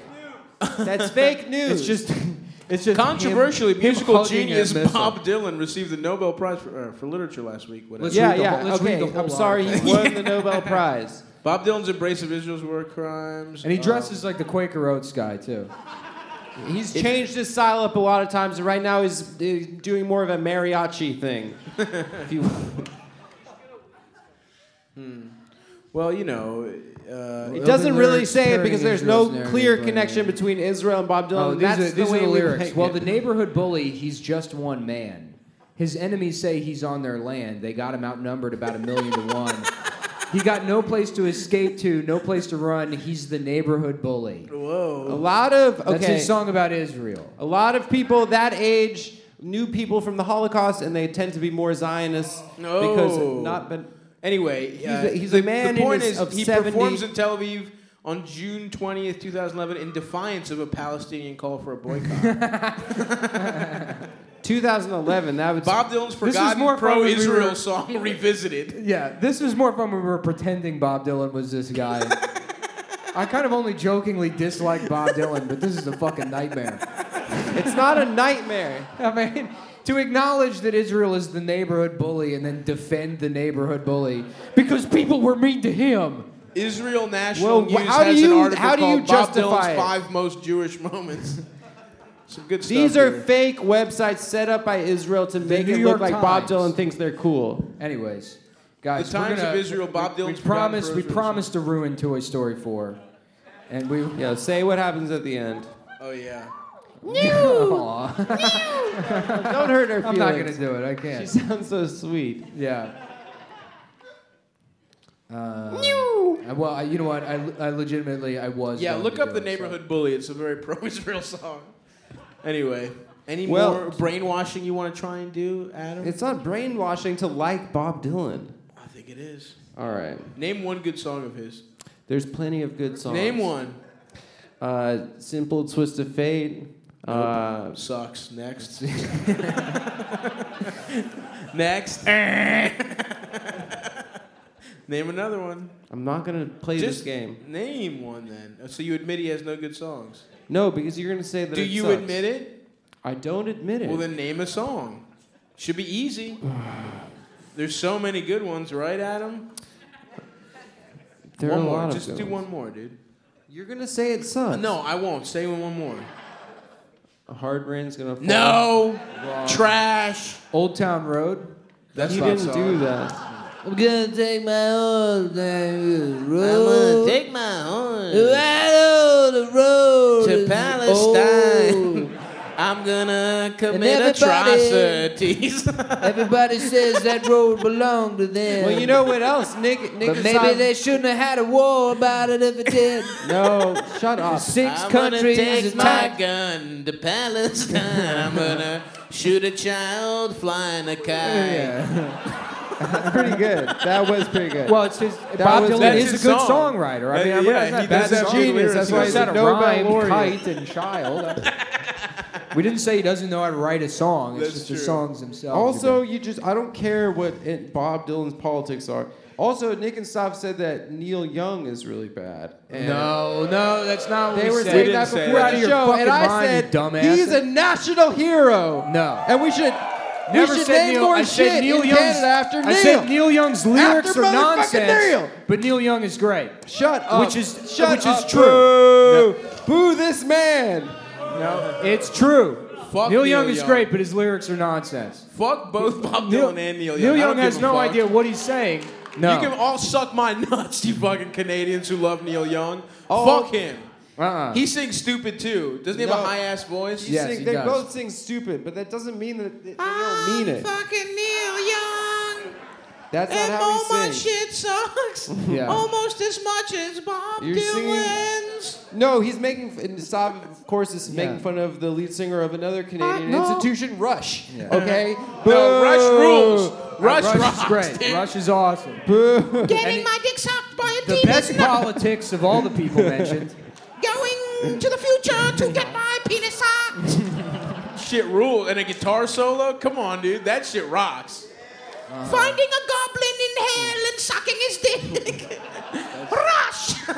S3: That's fake news.
S4: It's just, it's just
S2: Controversially,
S4: him- him
S2: musical
S4: hugging a
S2: genius
S4: missile.
S2: Bob Dylan received the Nobel Prize for, uh, for literature last week. Whatever.
S4: Let's
S3: yeah,
S4: read the
S3: yeah.
S4: whole- let's read
S3: okay,
S4: the whole
S3: I'm sorry. He
S4: article.
S3: won the Nobel Prize.
S2: Bob Dylan's embrace of Israel's war crimes.
S4: And he
S2: uh,
S4: dresses like the Quaker Oats guy too.
S3: He's changed his style up a lot of times, and right now he's uh, doing more of a mariachi thing. If you-
S2: well, you know, uh,
S3: it doesn't really
S4: lyrics
S3: say it
S4: parroting
S3: because there's
S4: Israel's
S3: no
S4: narrative,
S3: clear
S4: but, uh,
S3: connection between Israel and Bob Dylan.
S4: Oh, these
S3: That's
S4: are, these
S3: the way
S4: are the
S3: we
S4: lyrics.
S3: make
S4: Well,
S3: it.
S4: the neighborhood bully, he's just one man. His enemies say he's on their land. They got him outnumbered about a million to one. He got no place to escape to, no place to run. He's the neighborhood bully.
S3: a
S2: whoa.
S3: lot of okay.
S4: That's his song about Israel.
S3: A lot of people that age knew people from the Holocaust, and they tend to be more Zionists
S2: No.
S3: because not been.
S2: Anyway, uh,
S3: He's a- he's
S2: the,
S3: a man
S2: The
S3: in
S2: point
S3: his- of
S2: is, he
S3: 70.
S2: performs in Tel Aviv on June twentieth, two thousand eleven, in defiance of a Palestinian call for a boycott.
S3: 2011. That would
S2: Bob Dylan's
S4: is
S2: forgotten
S4: more fun when we
S2: pro-Israel
S4: were-
S2: song revisited.
S4: Yeah, this was more fun when we were pretending Bob Dylan was this guy. I kind of only jokingly dislike Bob Dylan, but this is a fucking nightmare.
S3: It's not a nightmare.
S4: I mean, to acknowledge that Israel is the neighborhood bully and then defend the neighborhood bully because people were mean to him.
S2: Israel
S3: Well,
S2: National
S3: wh-
S2: News
S3: how do
S2: has
S3: you-
S2: an article
S3: how do you
S2: called Bob Dylan's
S3: justify it?
S2: five most Jewish moments. Some good stuff.
S3: These are
S2: here.
S3: fake websites set up by Israel to make
S4: New
S3: it
S4: York
S3: look like Bob
S4: Times.
S3: Dylan thinks they're cool.
S4: Anyways, guys,
S2: The
S4: we're
S2: Times
S4: gonna-
S2: of Israel, Bob
S4: We
S2: Dylan's
S4: promise,
S2: forgotten
S4: we
S2: pro-Israel
S4: promise to ruin Toy Story 4, and we.
S3: Yeah, say what happens at the end.
S2: song. Oh yeah.
S4: Aw,
S3: Don't hurt her feelings.
S4: I'm not gonna do it. I
S3: She
S4: can't.
S3: sounds so sweet.
S4: Yeah. Uh, I- well, I, you know what? I, I legitimately I was.
S2: Yeah,
S4: going
S2: look
S4: to
S2: up
S4: do
S2: the
S4: it, so-
S2: neighborhood bully. It's a very pro-Israel song. Anyway, any
S3: Well-
S2: more brainwashing you want to try and do, Adam?
S3: It's not brainwashing to like Bob Dylan.
S2: I think it is.
S3: All right.
S2: Name one good song of his.
S3: There's plenty of good songs.
S2: Name one.
S3: Uh, Simple Twist of Fate. Uh,
S2: Sucks. Next. Next.
S3: Eh.
S2: Name another one.
S3: I'm not gonna play this
S2: Just
S3: game.
S2: Name one then. So you admit he has no good songs.
S3: No, because you're gonna say that.
S2: Do
S3: it
S2: you
S3: sucks.
S2: admit it?
S3: I don't admit it.
S2: Well, then name a song. Should be easy. There's so many good ones, right, Adam?
S3: there
S2: one
S3: are a
S2: more.
S3: lot of
S2: Just
S3: good
S2: do
S3: ones.
S2: one more, dude.
S3: You're gonna say it sucks.
S2: No, I won't. Say one more.
S3: A hard rain's gonna fall.
S2: No. Trash.
S4: Old Town Road.
S2: That's
S3: you
S2: not
S3: didn't
S2: song.
S3: do that.
S4: I'm gonna take my old
S1: gonna take my horn
S4: the road
S1: to Palestine. I'm gonna commit
S4: everybody-
S1: atrocities.
S4: Oh, Everybody says that road belonged to them.
S3: Well, you know what else? Nick, Nick
S4: but maybe
S3: Asad-
S4: they shouldn't have had a war about it if it did.
S3: No, shut up.
S4: Six
S1: I'm
S4: countries
S1: gonna take my
S4: attacked.
S1: gun to Palestine. I'm gonna shoot a child flying a kite.
S4: Yeah.
S3: pretty good. That was pretty good.
S4: Well, it's just Bob
S3: was-
S4: Dylan
S3: that's
S4: is
S2: his
S4: a good
S2: song.
S4: songwriter.
S2: Uh,
S4: I mean,
S2: yeah,
S4: I realize
S2: he
S4: that
S2: does
S4: that's
S2: have good lyrics.
S4: That's
S2: He
S4: why
S2: was
S4: he said
S3: a
S4: a
S3: Nobel
S4: rhyme,
S3: laureate.
S4: kite, and child. we didn't say he doesn't know how to write a song. It's
S2: That's
S4: just the
S2: true.
S4: songs themselves.
S3: also, you just, I don't care what it, Bob Dylan's politics are. Also, Nick and Stav said that Neil Young is really bad. And
S4: no, no, that's not what
S3: They
S4: we
S3: were
S4: said.
S3: saying that before
S4: You're out
S3: the
S4: of your
S3: show,
S4: fucking
S3: and I
S4: mind,
S3: said,
S4: you dumbass.
S3: "He's a national hero."
S4: No.
S3: and we should
S4: Never
S3: we should
S4: said
S3: name
S4: Neil.
S3: more
S4: I
S3: shit
S4: said Neil
S3: in
S4: Young's,
S3: Canada after Neil.
S4: I said Neil Young's lyrics
S3: After
S4: are
S3: motherfucking
S4: nonsense,
S3: Neil.
S4: but Neil Young is great.
S3: Shut up.
S4: Which is-
S3: Shut
S4: which is
S3: up.
S4: true.
S3: Boo. Boo this man.
S4: No, it's true.
S2: Fuck
S4: Neil,
S2: Neil
S4: Young is
S2: Young.
S4: great, but his lyrics are nonsense.
S2: Fuck both Bob Dylan and Neil Young. I don't
S4: Young
S2: give
S4: has
S2: a
S4: no
S2: fuck.
S4: idea what he's saying. No.
S2: You can all suck my nuts, you fucking Canadians who love Neil Young.
S3: Oh.
S2: Fuck him.
S4: uh-uh.
S2: He sings stupid too. Doesn't he have
S3: No.
S2: a high ass voice?
S4: Yes,
S3: Sing-
S4: he
S3: they
S4: does.
S3: both sing stupid, but that doesn't mean that they, they don't mean it.
S1: Fucking Neil
S3: That's not
S2: and
S3: how
S2: all my
S3: he sings.
S2: shit sucks
S3: Yeah.
S2: almost as much as Bob
S3: You're singing-
S2: Dylan's.
S3: No, he's making. And Saab, of course, is
S4: Yeah.
S3: making fun of the lead singer of another Canadian
S4: no.
S3: institution, Rush.
S4: Yeah.
S3: Okay.
S2: No, Rush
S3: Boo.
S2: rules. Rush,
S4: Rush
S2: rocks,
S4: is great.
S2: dude.
S4: Rush is awesome.
S3: Boo.
S2: Getting my dick sucked by a
S4: The
S2: demon.
S4: best politics of all the people mentioned.
S2: Going to the future to get my penis sucked. shit rule and a guitar solo. Come on, dude, that shit rocks. Finding a goblin in hell and sucking his dick. Rush.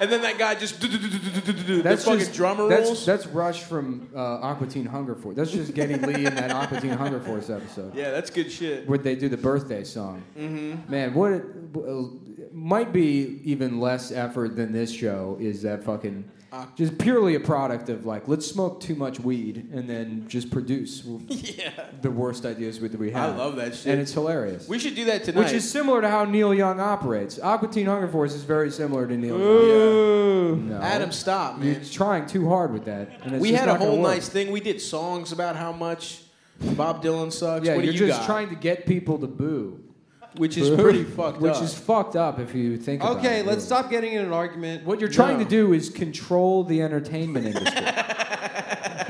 S2: and then that guy just do do do do do do do do. The
S4: That's
S2: fucking
S4: just,
S2: drummer
S4: that's,
S2: rolls.
S4: That's Rush from uh, Aqua Teen Hunger Force. That's just getting Lee in that Aqua Teen Hunger Force episode.
S2: Yeah, that's good shit.
S4: Where they do the birthday song. Mm-hmm. Man, what it, w- uh, might be even less effort than this show is that fucking
S2: Uh.
S4: just purely a product of like let's smoke too much weed and then just produce w-
S2: Yeah.
S4: the worst ideas we, that we
S2: I
S4: have.
S2: love that shit.
S4: and it's hilarious.
S2: We should do that tonight.
S4: Which is similar to how Neil Young operates. Aqua Teen Hunger Force is very similar to Neil Young. No.
S2: Adam, stop,
S4: You're
S2: man.
S4: trying too hard with that. and it's
S2: We
S4: just
S2: had a
S4: not gonna
S2: whole
S4: work.
S2: nice thing. We did songs about how much Bob Dylan sucks.
S4: Yeah,
S2: what
S4: you're
S2: do you
S4: just
S2: got?
S4: trying to get people to boo,
S2: which is pretty fucked
S4: which
S2: up.
S4: is fucked up if you think. about
S3: Okay,
S4: it,
S3: let's
S4: really.
S3: stop getting in an argument.
S4: What you're trying
S2: No.
S4: to do is control the entertainment industry.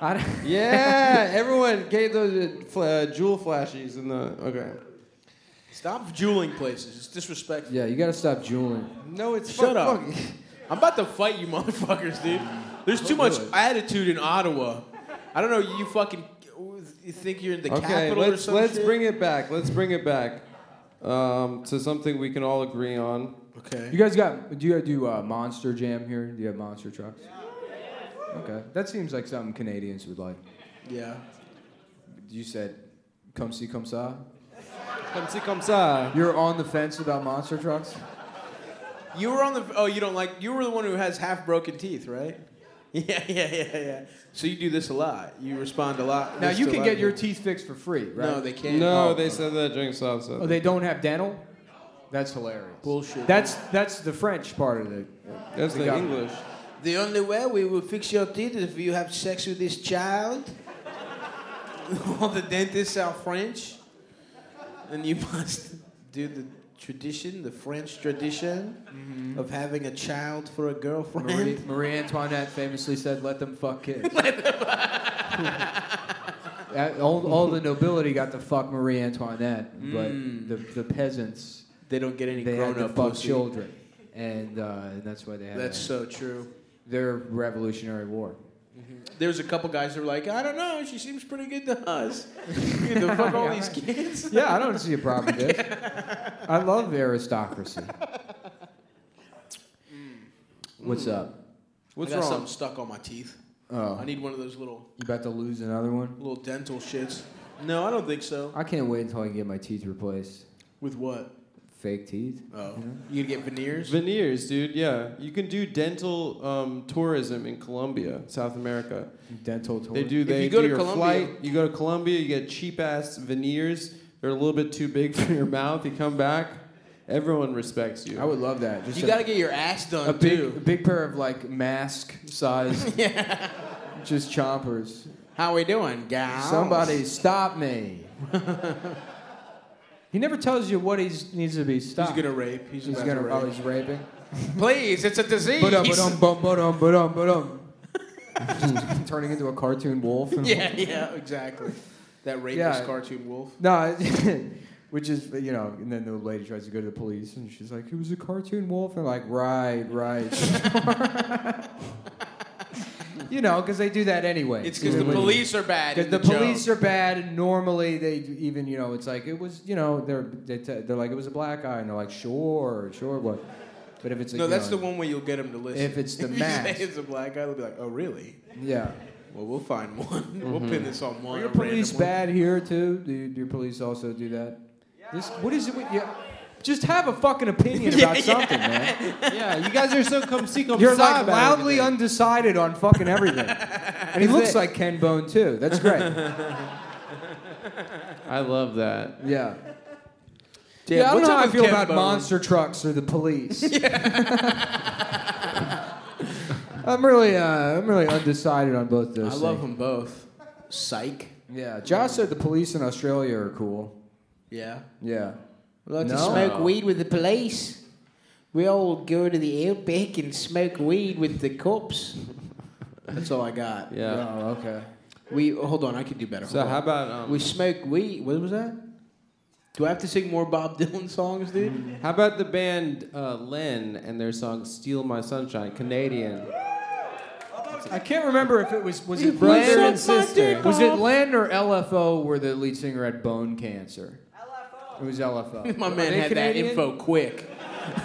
S4: I don't-
S3: Yeah, everyone gave those uh, fl- uh, jewel flashies in the. Okay.
S2: Stop jeweling places. It's disrespectful.
S4: yeah, you got to stop jeweling.
S3: No, it's
S2: Shut
S3: fuck-
S2: up.
S3: fuck.
S2: I'm about to fight you motherfuckers, dude. There's too much attitude in Ottawa. I don't know. You fucking you think you're in the
S3: Okay,
S2: capital or
S3: let's
S2: some
S3: let's
S2: shit?
S3: bring it back. Let's bring it back um, to something we can all agree on.
S4: You
S2: Okay.
S4: guys got? Do you do uh, Monster Jam here? Do you have Monster trucks? Okay, that seems like something Canadians would like.
S2: Yeah.
S4: You said, "Come see, come saw."
S3: Come see, come sa.
S4: You're on the fence about monster trucks.
S2: You were on the. Oh, you don't like. You were the one who has half broken teeth, right? Yeah, yeah, yeah, yeah. So you do this a lot. You respond a lot.
S4: Now
S2: This
S4: you
S2: to a
S4: can
S2: lot
S4: get
S2: of
S4: your
S2: people.
S4: teeth fixed for free, right?
S2: No, they can't.
S3: No,
S4: Oh,
S3: they said that during Saab said.
S4: Oh, they don't have dental. That's hilarious.
S2: Bullshit.
S4: That's that's the French part of it.
S3: That's the
S4: got-
S3: English.
S2: The only way we will fix your teeth is if you have sex with this child. All the dentists are French. And you must do the tradition, the French tradition of having a child for a girlfriend.
S4: Marie, Marie Antoinette famously said, "Let them fuck kids." Uh, all, all the nobility got to fuck Marie Antoinette, but the, the peasants
S2: Mm. They don't get any
S4: they had
S2: grown
S4: to
S2: up
S4: fuck
S2: pussy.
S4: children, and, uh, and that's why they had
S2: That's
S4: That's...
S2: so true.
S4: their Revolutionary War.
S2: There's a couple guys that were like, I don't know, she seems pretty good to us. You know, fuck all these kids.
S4: Yeah, I don't see a problem with this. I love aristocracy. What's up?
S3: What's
S2: I got
S3: wrong?
S2: something stuck on my teeth.
S4: Oh,
S2: I need one of those little
S4: you about to lose another one?
S2: little dental shits. No, I don't think so.
S4: I can't wait until I can get my teeth replaced.
S2: With what?
S4: Fake teeth.
S2: Oh. You gonna get veneers?
S3: Veneers, dude. Yeah, you can do dental um, tourism in Colombia, South America.
S4: Dental tour.
S3: They do.
S2: If
S3: They
S2: you go
S3: do
S2: to
S3: your
S2: Colombia-
S3: flight. You go to Colombia. You get cheap ass veneers. They're a little bit too big for your mouth. You come back, everyone respects you.
S4: I would love that. Just
S2: You
S4: a,
S2: gotta get your ass done
S4: a big, a
S2: too.
S4: big pair of like mask size, just chompers.
S2: How we doing, guys?
S4: Somebody stop me. he never tells you what he needs to be
S2: He's
S4: stopped.
S2: gonna rape. He's,
S4: He's
S2: about
S4: gonna. uh,
S2: to
S4: Oh,
S2: rape.
S4: he's raping.
S2: Please, it's a disease.
S4: Ba-dum, ba-dum, bum, ba-dum, ba-dum, ba-dum. Just turning into a cartoon wolf. and-
S2: yeah, yeah, exactly. That rapist
S4: Yeah.
S2: cartoon wolf.
S4: No, it- which is you know, and then the lady tries to go to the police, and she's like, "It was a cartoon wolf," and I'm like, "Right, right." you know, because they do that anyway.
S2: It's because the police are bad.
S4: Because
S2: in
S4: the
S2: joke.
S4: police are bad, and normally they d- even you know it's like it was you know they're they t- they're like it was a black guy, and they're like sure, sure what, but if it's like,
S2: No,
S4: you
S2: that's
S4: know,
S2: the one way you'll get him to listen.
S4: If it's the
S2: you say
S4: mask.
S2: it's a black guy, they'll be like, "Oh, really?
S4: yeah.
S2: Well, we'll find one. We'll pin this on one."
S4: Mm-hmm. Are
S2: a
S4: your
S2: random
S4: police
S2: one.
S4: bad here too? Do, you- do your police also do that? This, what is it? With, yeah, just have a fucking opinion about something, man.
S3: yeah, you guys are so come see come
S4: You're
S3: sa
S4: like
S3: about
S4: loudly
S3: everything.
S4: undecided on fucking everything, and he looks like Ken Bone too. That's great.
S3: I love that.
S4: Yeah.
S2: Damn,
S4: yeah, I don't
S2: what's
S4: know
S2: up
S4: how I
S2: with
S4: feel
S2: Ken
S4: about
S2: Bone?
S4: monster trucks or the police. I'm really, uh, I'm really undecided on both those.
S2: I love
S4: things.
S2: them both. Psych.
S4: Yeah, Josh said the police in Australia are cool.
S2: Yeah.
S4: Yeah.
S2: We like to
S4: No.
S2: smoke weed with the police. We all go to the outback and smoke weed with the cops. That's all I got.
S3: Yeah.
S4: Oh, okay.
S2: We hold on. I could do better.
S3: So
S2: Hold
S3: how
S2: on.
S3: about um,
S2: we smoke weed? What was that? Do I have to sing more Bob Dylan songs, dude?
S3: How about the band uh, Len and their song "Steal My Sunshine"? Canadian.
S4: I can't remember if it was was it
S3: Brother
S4: Len
S3: and sister.
S4: was it Len or LFO where the lead singer had bone cancer? LFO. It was LFO.
S2: My
S3: Are
S2: man
S3: they
S2: had
S3: Canadian?
S2: that info quick.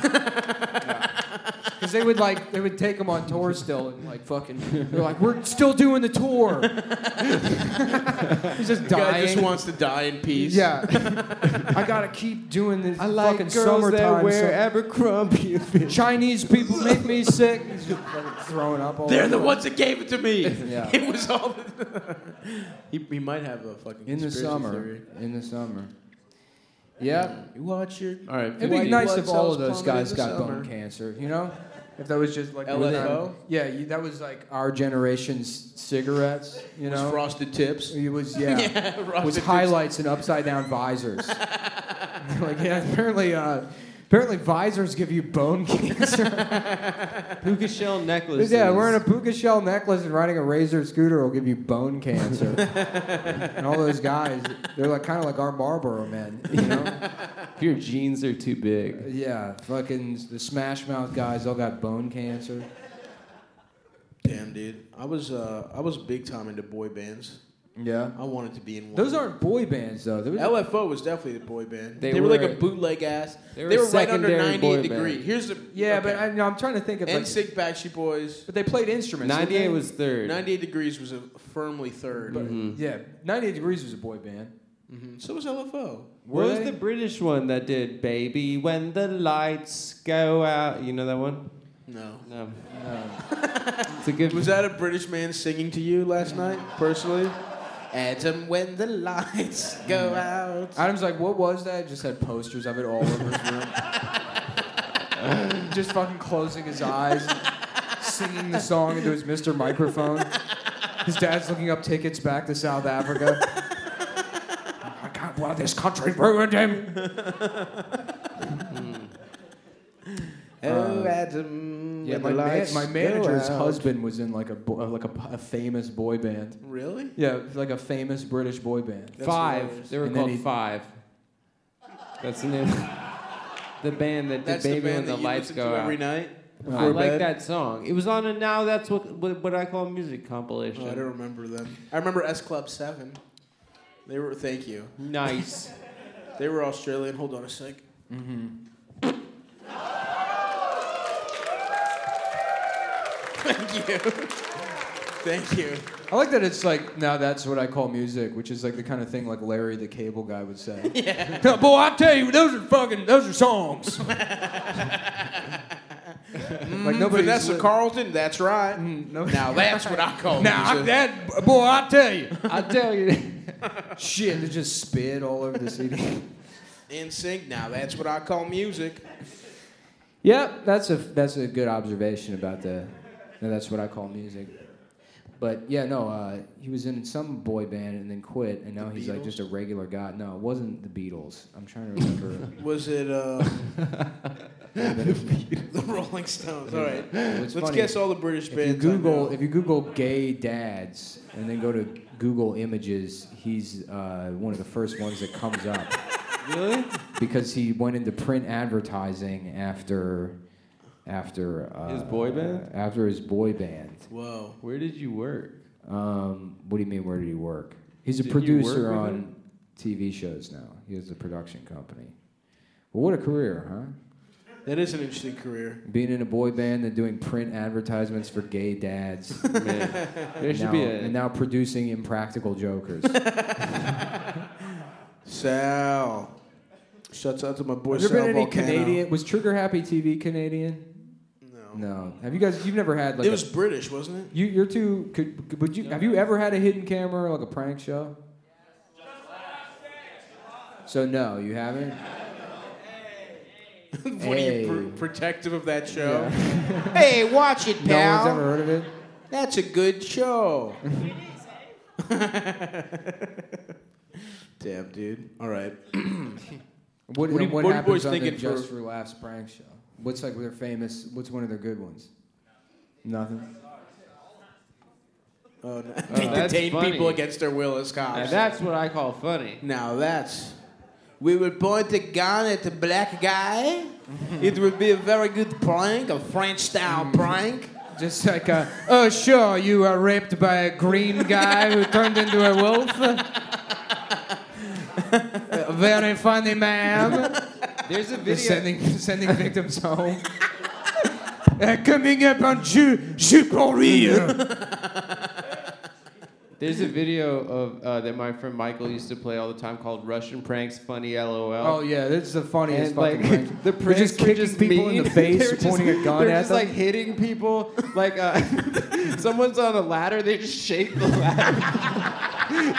S4: Because they would like they would take them on tour still and like fucking they're like we're still doing the tour. He's just
S2: The guy
S4: dying.
S2: just wants to die in peace.
S4: yeah. I gotta keep doing this
S3: I like
S4: fucking
S3: girls
S4: summertime.
S3: that
S4: so-
S3: wear Abercrombie. and Fitch.
S4: Chinese people make me sick. He's just fucking throwing up all
S2: They're
S4: over.
S2: the ones that gave it to me.
S4: Yeah.
S2: It was all. The he, he might have a fucking
S4: in the
S2: conspiracy
S4: summer.
S2: Theory.
S4: In the summer. Yep.
S2: You watch your
S3: All right,
S4: It'd
S2: White
S4: be nice
S2: blood
S4: if all
S2: cells
S4: of those
S2: plummet in
S4: guys
S2: the
S4: got
S2: summer.
S4: bone cancer, you know? If that was just like
S2: LFO?
S4: Yeah, you, that was like our generation's cigarettes, you
S2: was
S4: know?
S2: frosted tips.
S4: it was yeah.
S2: Frosted
S4: was
S2: Tips.
S4: highlights and upside down visors. like yeah, apparently uh, apparently visors give you bone cancer.
S3: puka shell necklaces.
S4: yeah, wearing a puka shell necklace and riding a razor scooter will give you bone cancer. and all those guys, they're like kind of like our Marlboro men, you know?
S3: If your jeans are too big.
S4: Yeah, fucking the Smash Mouth guys all got bone cancer.
S2: Damn, dude. I was uh, I was big time into boy bands.
S4: Yeah.
S2: I wanted to be in one.
S4: Those aren't boy bands though. There was-
S2: LFO was definitely the boy band.
S3: They
S2: They, were, like
S3: were-
S2: a bootleg ass.
S3: they
S2: They
S3: were
S2: were,
S3: a
S2: right under
S3: secondary
S2: 98
S3: boy
S2: degree.
S3: band.
S2: He's the
S4: yeah,
S2: okay.
S4: but I, no, I'm trying to think of. Like,
S2: NSYNC Backstreet Boys.
S4: but they played instruments. didn't
S3: Ninety-eight
S4: they?
S3: was hmm. third.
S2: 98 degrees was a firmly third.
S4: But- Yeah, 98 Degrees was a boy band.
S2: Mhm. So was LFO.
S3: Where was
S4: Were
S3: the
S4: they?
S3: British one that did "Baby When the Lights Go Out"? You know that one?
S2: No.
S3: No.
S4: No.
S3: It's a good.
S2: Was that a British man singing to you last night, personally? Adam, when the lights
S3: Mm.
S2: go out.
S4: Adam's like, what was that? Just had posters of it all over his room. Just fucking closing his eyes, singing the song into his Mr. Microphone. His dad's looking up tickets back to South Africa. I can't well, this country ruined him.
S3: Uh,
S2: oh, Adam.
S4: Yeah,
S2: when the
S4: my, man,
S2: lights
S4: my
S2: go
S4: manager's
S2: out.
S4: husband was in like a bo- uh, like a, a famous boy band.
S2: Really?
S4: Yeah, it was like a famous British boy band.
S2: That's
S3: Five.
S2: hilarious.
S3: They were
S4: And then
S3: called
S4: he-
S3: Five. That's the name. The band that did
S2: That's the
S3: "Baby When
S2: band
S3: the
S2: that you
S3: Lights
S2: listen
S3: Go
S2: to
S3: Out."
S2: every night?
S3: I
S2: before
S3: like
S2: bed?
S3: that song. It was on a now that's what what, what I call music compilation.
S2: Oh, I don't remember them. I remember S Club 7. They were, thank you.
S3: nice.
S2: They were Australian. Hold on a sec.
S4: Mm-hmm.
S2: Thank you. Thank you.
S4: I like that it's like now that's what I call music, which is like the kind of thing like Larry the Cable Guy would say. Yeah. Boy, I tell you, those are fucking those are songs. like nobody's
S2: Vanessa
S4: li-
S2: Carlton, that's right.
S4: Mm, no-
S2: Now that's what I call
S4: Now I,
S2: music.
S4: that boy, I tell you,
S3: I tell you,
S4: shit, it just spit all over the CD.
S2: In sync, now that's what I call music.
S4: yep, that's a that's a good observation about the. no, that's what I call music. But yeah, no, uh, he was in some boy band and then quit, and now
S2: The
S4: he's like
S2: Beatles?
S4: just a regular guy. No, it wasn't the Beatles. I'm trying to remember.
S2: Was it uh, the Rolling Stones? All right. Let's
S4: What's funny-
S2: guess all the British
S4: If you
S2: bands. I
S4: Google
S2: know.
S4: if you Google gay dads and then go to Google Images, he's uh, one of the first ones that comes up
S3: really?
S4: because he went into print advertising after after uh,
S3: His boy band?
S4: after his boy band.
S2: Whoa.
S3: Where did you work?
S4: Um, what do you mean? Where did he work? He's a
S3: Did you work
S4: producer
S3: with
S4: on
S3: him?
S4: TV shows now. He has a production company. Well, what a career, huh?
S2: That is an interesting career.
S4: Being in a boy band and doing print advertisements for gay dads.
S3: Man, there should
S4: now-
S3: be a.
S4: and now producing impractical jokers.
S2: Sal. Shouts out to my boy
S4: Has there
S2: Sal
S4: been any
S2: Volcano.
S4: Canadian? Was Trigger Happy TV Canadian?
S2: No.
S4: No. Have you guys? You've never had like
S2: it
S4: a-
S2: was British, wasn't it?
S4: you. You're too. Could, could- would you? Have you ever had a hidden camera like a prank show? So no, you haven't.
S2: what are
S4: Hey.
S2: you pr- protective of that show?
S4: Yeah.
S2: hey, watch it,
S4: No
S2: pal.
S4: one's ever heard of it.
S2: That's a good show. Damn, dude. All right.
S4: What,
S2: What do
S4: what,
S2: you- what do you
S4: happens
S2: boys
S4: on the
S2: thinking for-
S4: Just for Laughs prank show? What's like their famous? What's one of their good ones? Nothing.
S2: Oh, no.
S3: Oh,
S2: they
S3: that's
S2: detain
S3: funny.
S2: people against their will as
S3: Now
S2: cops.
S3: that's what I call funny.
S2: Now that's. We would point the gun at the black guy. it would be a very good prank, a French style prank.
S4: Just like, uh, oh sure, you were raped by a green guy who turned into a wolf. Uh, very funny, ma'am.
S3: There's a video.
S4: They're sending sending victims home. Uh, coming up on Ju Juporia.
S3: There's a video of uh, that my friend Michael used to play all the time called "Russian Pranks Funny LOL."
S4: Oh yeah, this is the funniest fucking.
S3: and like
S4: prank.
S3: the
S4: They're
S3: pranks
S4: just
S3: were
S4: kicking
S3: just
S4: people in
S3: mean.
S4: the face,
S3: They're just-
S4: pointing a gun
S3: they're
S4: at
S3: just
S4: them.
S3: like hitting people. Like uh, someone's on a ladder, they just shake the ladder.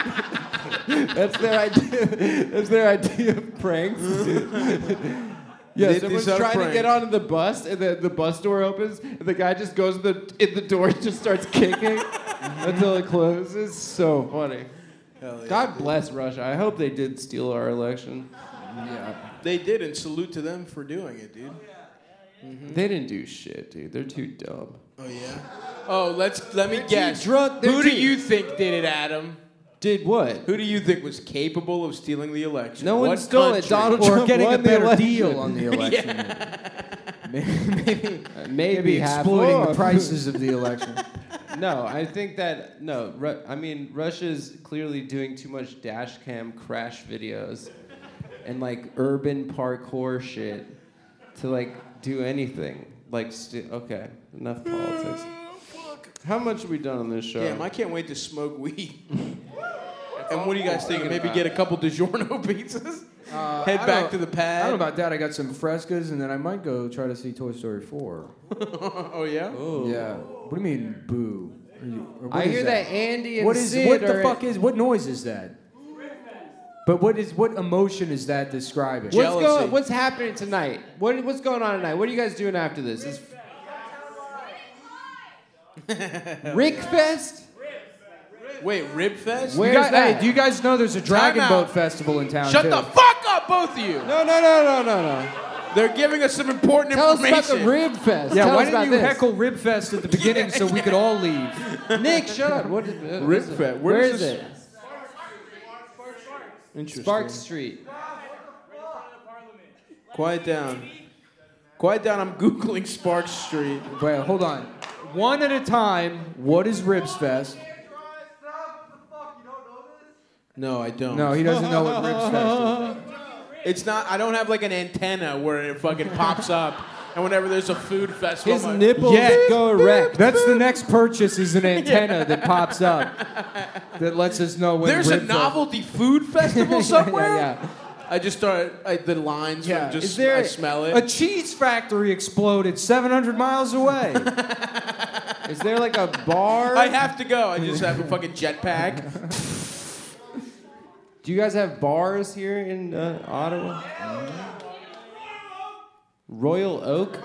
S3: that's their idea. That's their idea of pranks. Yeah,
S2: They-
S3: someone's
S2: these are
S3: trying to get
S2: pranks.
S3: onto the bus, and the, the bus door opens, and the guy just goes in the in the door, and just starts kicking until it closes. So funny.
S2: Hell yeah,
S3: God
S2: dude.
S3: bless Russia. I hope they did steal our election.
S4: yeah.
S2: They did, and salute to them for doing it, dude.
S3: They didn't do shit, dude. They're too dumb.
S2: Oh yeah. Oh, let's let me
S3: too
S2: guess.
S3: drunk, they're
S2: Who do
S3: too-
S2: you think did it, Adam?
S3: Did what?
S2: Who do you think was capable of stealing the election?
S3: No one
S2: What
S3: stole it.
S2: country?
S3: Donald
S4: Or
S3: Trump
S4: getting a
S3: won the
S4: better
S3: election.
S4: deal on the election. Maybe, maybe,
S3: Uh,
S4: maybe Uh,
S3: maybe half
S4: exploiting the
S3: off.
S4: prices of the election.
S3: No, I think that no. Ru- I mean, Russia's clearly doing too much dash cam crash videos and like urban parkour shit to like do anything. Like, st- okay, enough politics. How much have we done on this show?
S2: Damn, I can't wait to smoke weed. and what do you guys think?
S3: thinking
S2: Maybe
S3: about.
S2: get a couple DiGiorno pizzas.
S4: Uh,
S2: Head
S4: I
S2: back
S4: don't-
S2: to the
S4: I
S2: pad.
S4: don't know about that. I got some frescas, and then I might go try to see Toy Story 4.
S2: oh yeah.
S3: Oh.
S4: Yeah. What do you mean, boo? Or you- or what
S3: I
S4: is
S3: hear that? Andy and
S4: What is
S3: Sid
S4: what the
S3: are-
S4: fuck is what noise is that? But what is what emotion is that describing?
S3: What's
S2: Jealousy.
S3: going? What's happening tonight? What, what's going on tonight? What are you guys doing after this? Is- Rick Fest?
S2: Wait, Rib Fest?
S3: Where-
S4: You guys,
S3: Where's that?
S4: hey, do you guys know there's a Dragon
S2: out.
S4: Boat Festival in town?
S2: Shut
S4: too?
S2: the fuck up, both of you.
S3: No, no, no, no, no, no.
S2: They're giving us some important
S3: Tell us
S2: information.
S3: about the Rib Fest.
S4: Yeah,
S3: Tell
S4: why
S3: us
S4: didn't
S3: about
S4: you
S3: this.
S4: heckle Ribfest at the beginning so we could all leave?
S3: Nick, shut up. What is, what
S2: Rib
S3: is it?
S2: Fest. Where
S3: Where
S2: is
S3: is
S2: this?
S3: it?
S2: Interesting.
S3: Spark Street.
S2: Quiet down. Quiet down. I'm googling Spark Street.
S4: Wait, hold on. One at a time. What is Ribs Fest?
S2: No, I don't.
S4: No, he doesn't know what Ribs Fest is.
S2: It's not. I don't have like an antenna where it fucking pops up, and whenever there's a food festival,
S3: His
S2: my-
S3: nipples
S4: Yeah.
S3: go erect.
S4: That's the next purchase is an antenna that pops up that lets us know when
S2: there's a
S4: Rib Fest-
S2: novelty food festival
S4: Yeah, yeah,
S2: somewhere.
S4: yeah.
S2: I just start I, the lines. Yeah.
S4: Yeah.
S2: From just
S4: Is there
S2: I smell it.
S4: A cheese factory exploded 700 miles away.
S3: Is there like a bar?
S2: I have to go. I just have a fucking jetpack.
S3: Do you guys have bars here in uh, Ottawa? Royal Oak?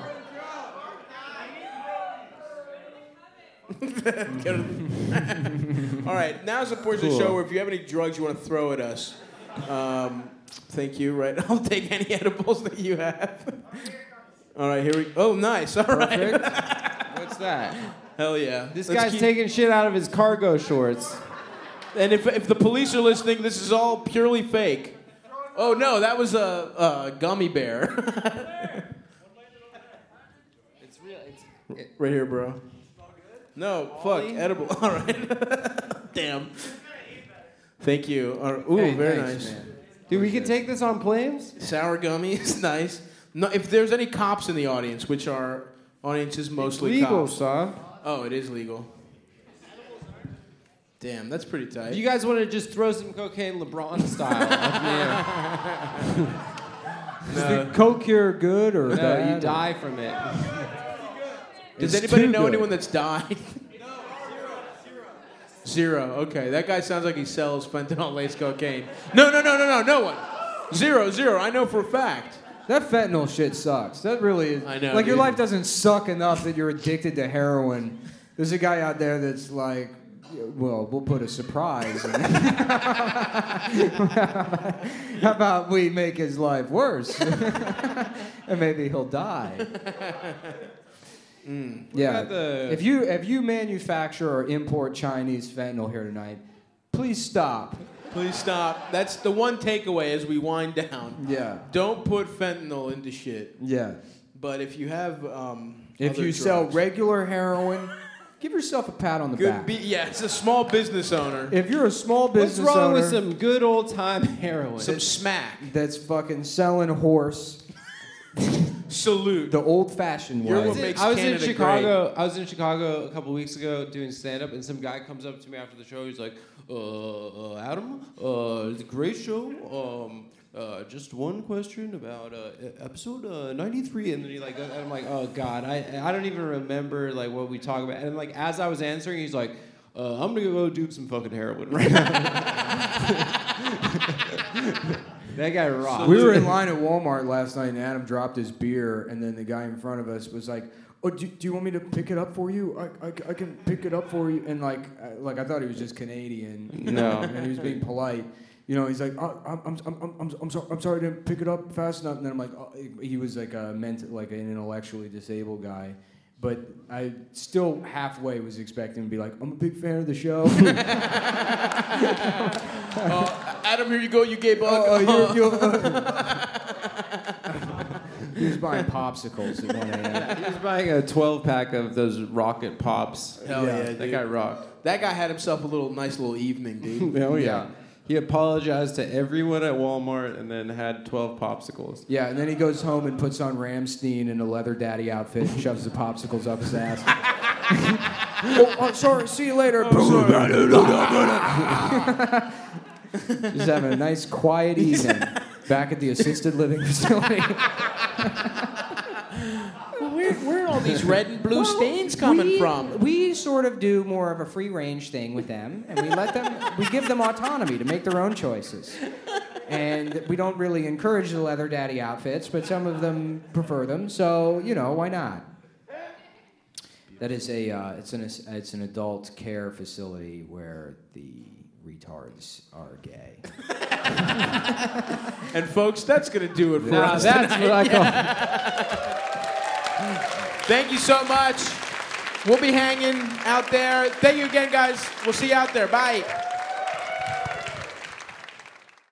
S2: Get it? All right, now's the portion of the show where if you have any drugs you want to throw at us, um, thank you. Right, I'll take any edibles that you have. All right, here we. Oh, nice. All right.
S3: Perfect. What's that?
S2: Hell yeah.
S3: This
S2: Let's
S3: guy's
S2: keep-
S3: taking shit out of his cargo shorts.
S2: And if, if the police are listening, this is all purely fake. Oh no, that was a, a gummy bear.
S3: It's real. It's
S2: right here, bro. No, fuck, edible. All right. Damn. Thank you. All right. Ooh,
S4: Hey,
S2: very
S4: thanks,
S2: nice.
S4: man.
S3: Dude, we can take this on planes?
S2: Sour gummy is nice. No, if there's any cops in the audience, which our audience is mostly
S3: Legal,
S2: cops.
S3: son.
S2: Oh, it is legal. Damn, that's pretty tight.
S3: You guys want to just throw some cocaine LeBron style up in the air?
S4: Is the coke cure good or
S3: No, you
S4: bad?
S3: die from it.
S2: Does
S4: It's
S2: anybody
S4: too
S2: know
S4: good.
S2: anyone that's died? Zero. Okay, that guy sounds like he sells fentanyl laced cocaine. No, no, no, no, no, no one. Zero, zero. I know for a fact.
S4: That fentanyl shit sucks. That really is.
S2: I know,
S4: Like your
S2: dude.
S4: life doesn't suck enough that you're addicted to heroin. There's a guy out there that's like well, we'll put a surprise. in it. How about we make his life worse, and maybe he'll die.
S2: Hmm.
S4: Yeah.
S3: about the-
S4: If you if you manufacture or import Chinese fentanyl here tonight, please stop.
S2: Please stop. That's the one takeaway as we wind down.
S4: Yeah.
S2: Don't put fentanyl into shit.
S4: Yeah.
S2: But if you have, um,
S4: If
S2: other
S4: you sell
S2: drugs-
S4: regular heroin, give yourself a pat on the
S2: good,
S4: back.
S2: be, yeah, it's a small business owner.
S4: if you're a small
S3: What's
S4: business
S3: wrong
S4: owner
S3: with some good old time heroin?
S2: Some smack.
S4: that's fucking selling horse
S2: Salute.
S4: the old-fashioned
S2: You're
S4: way,
S2: what makes
S3: I was in
S2: Canada
S3: Chicago. I was in Chicago a couple weeks ago doing stand up, and some guy comes up to me after the show. He's like, uh, uh, "Adam, uh, it's a great show. Um, uh, just one question about uh, e- episode uh, 93." And then he like, and I'm like, "Oh God, I I don't even remember like what we talk about." And like as I was answering, he's like. Uh, I'm gonna go do some fucking heroin right now. that guy rocks.
S4: We were in line at Walmart last night, and Adam dropped his beer, and then the guy in front of us was like, "Oh, do, do you want me to pick it up for you? I, I, I can pick it up for you." And like, uh, like I thought he was just Canadian, you know,
S3: No.
S4: and he was being polite. You know, he's like, oh, I'm, I'm, I'm, I'm, I'm, sorry, I'm sorry I didn't pick it up fast enough. And then I'm like, oh, he was like a ment- like an intellectually disabled guy. But I still halfway was expecting him to be like, I'm a big fan of the show.
S2: Uh, Adam, here you go. You gay bug.
S4: Oh, oh, you're, you're- he was buying popsicles at 1 a.m.
S3: He was buying a 12 pack of those rocket pops.
S2: Hell yeah,
S3: that
S2: dude.
S3: guy rocked.
S2: that guy had himself a little nice little evening, dude.
S3: Hell yeah. He apologized to everyone at Walmart and then had 12 popsicles.
S4: Yeah, and then he goes home and puts on Ramstein in a leather daddy outfit and shoves the popsicles up his ass. oh, oh, sorry, see you later. Just having a nice, quiet evening back at the assisted living facility.
S2: where, where are all these red and blue
S4: Well,
S2: stains coming
S4: we-
S2: from?
S4: We sort of do more of a free range thing with them, and we let them, we give them autonomy to make their own choices. And we don't really encourage the leather daddy outfits, but some of them prefer them, so, you know, why not? That is a, uh, it's, an, it's an adult care facility where the retards are gay.
S2: And folks, that's gonna do it for
S3: Now
S2: us.
S3: that's what I call
S2: Thank you so much. We'll be hanging out there. Thank you again, guys. We'll see you out there. Bye.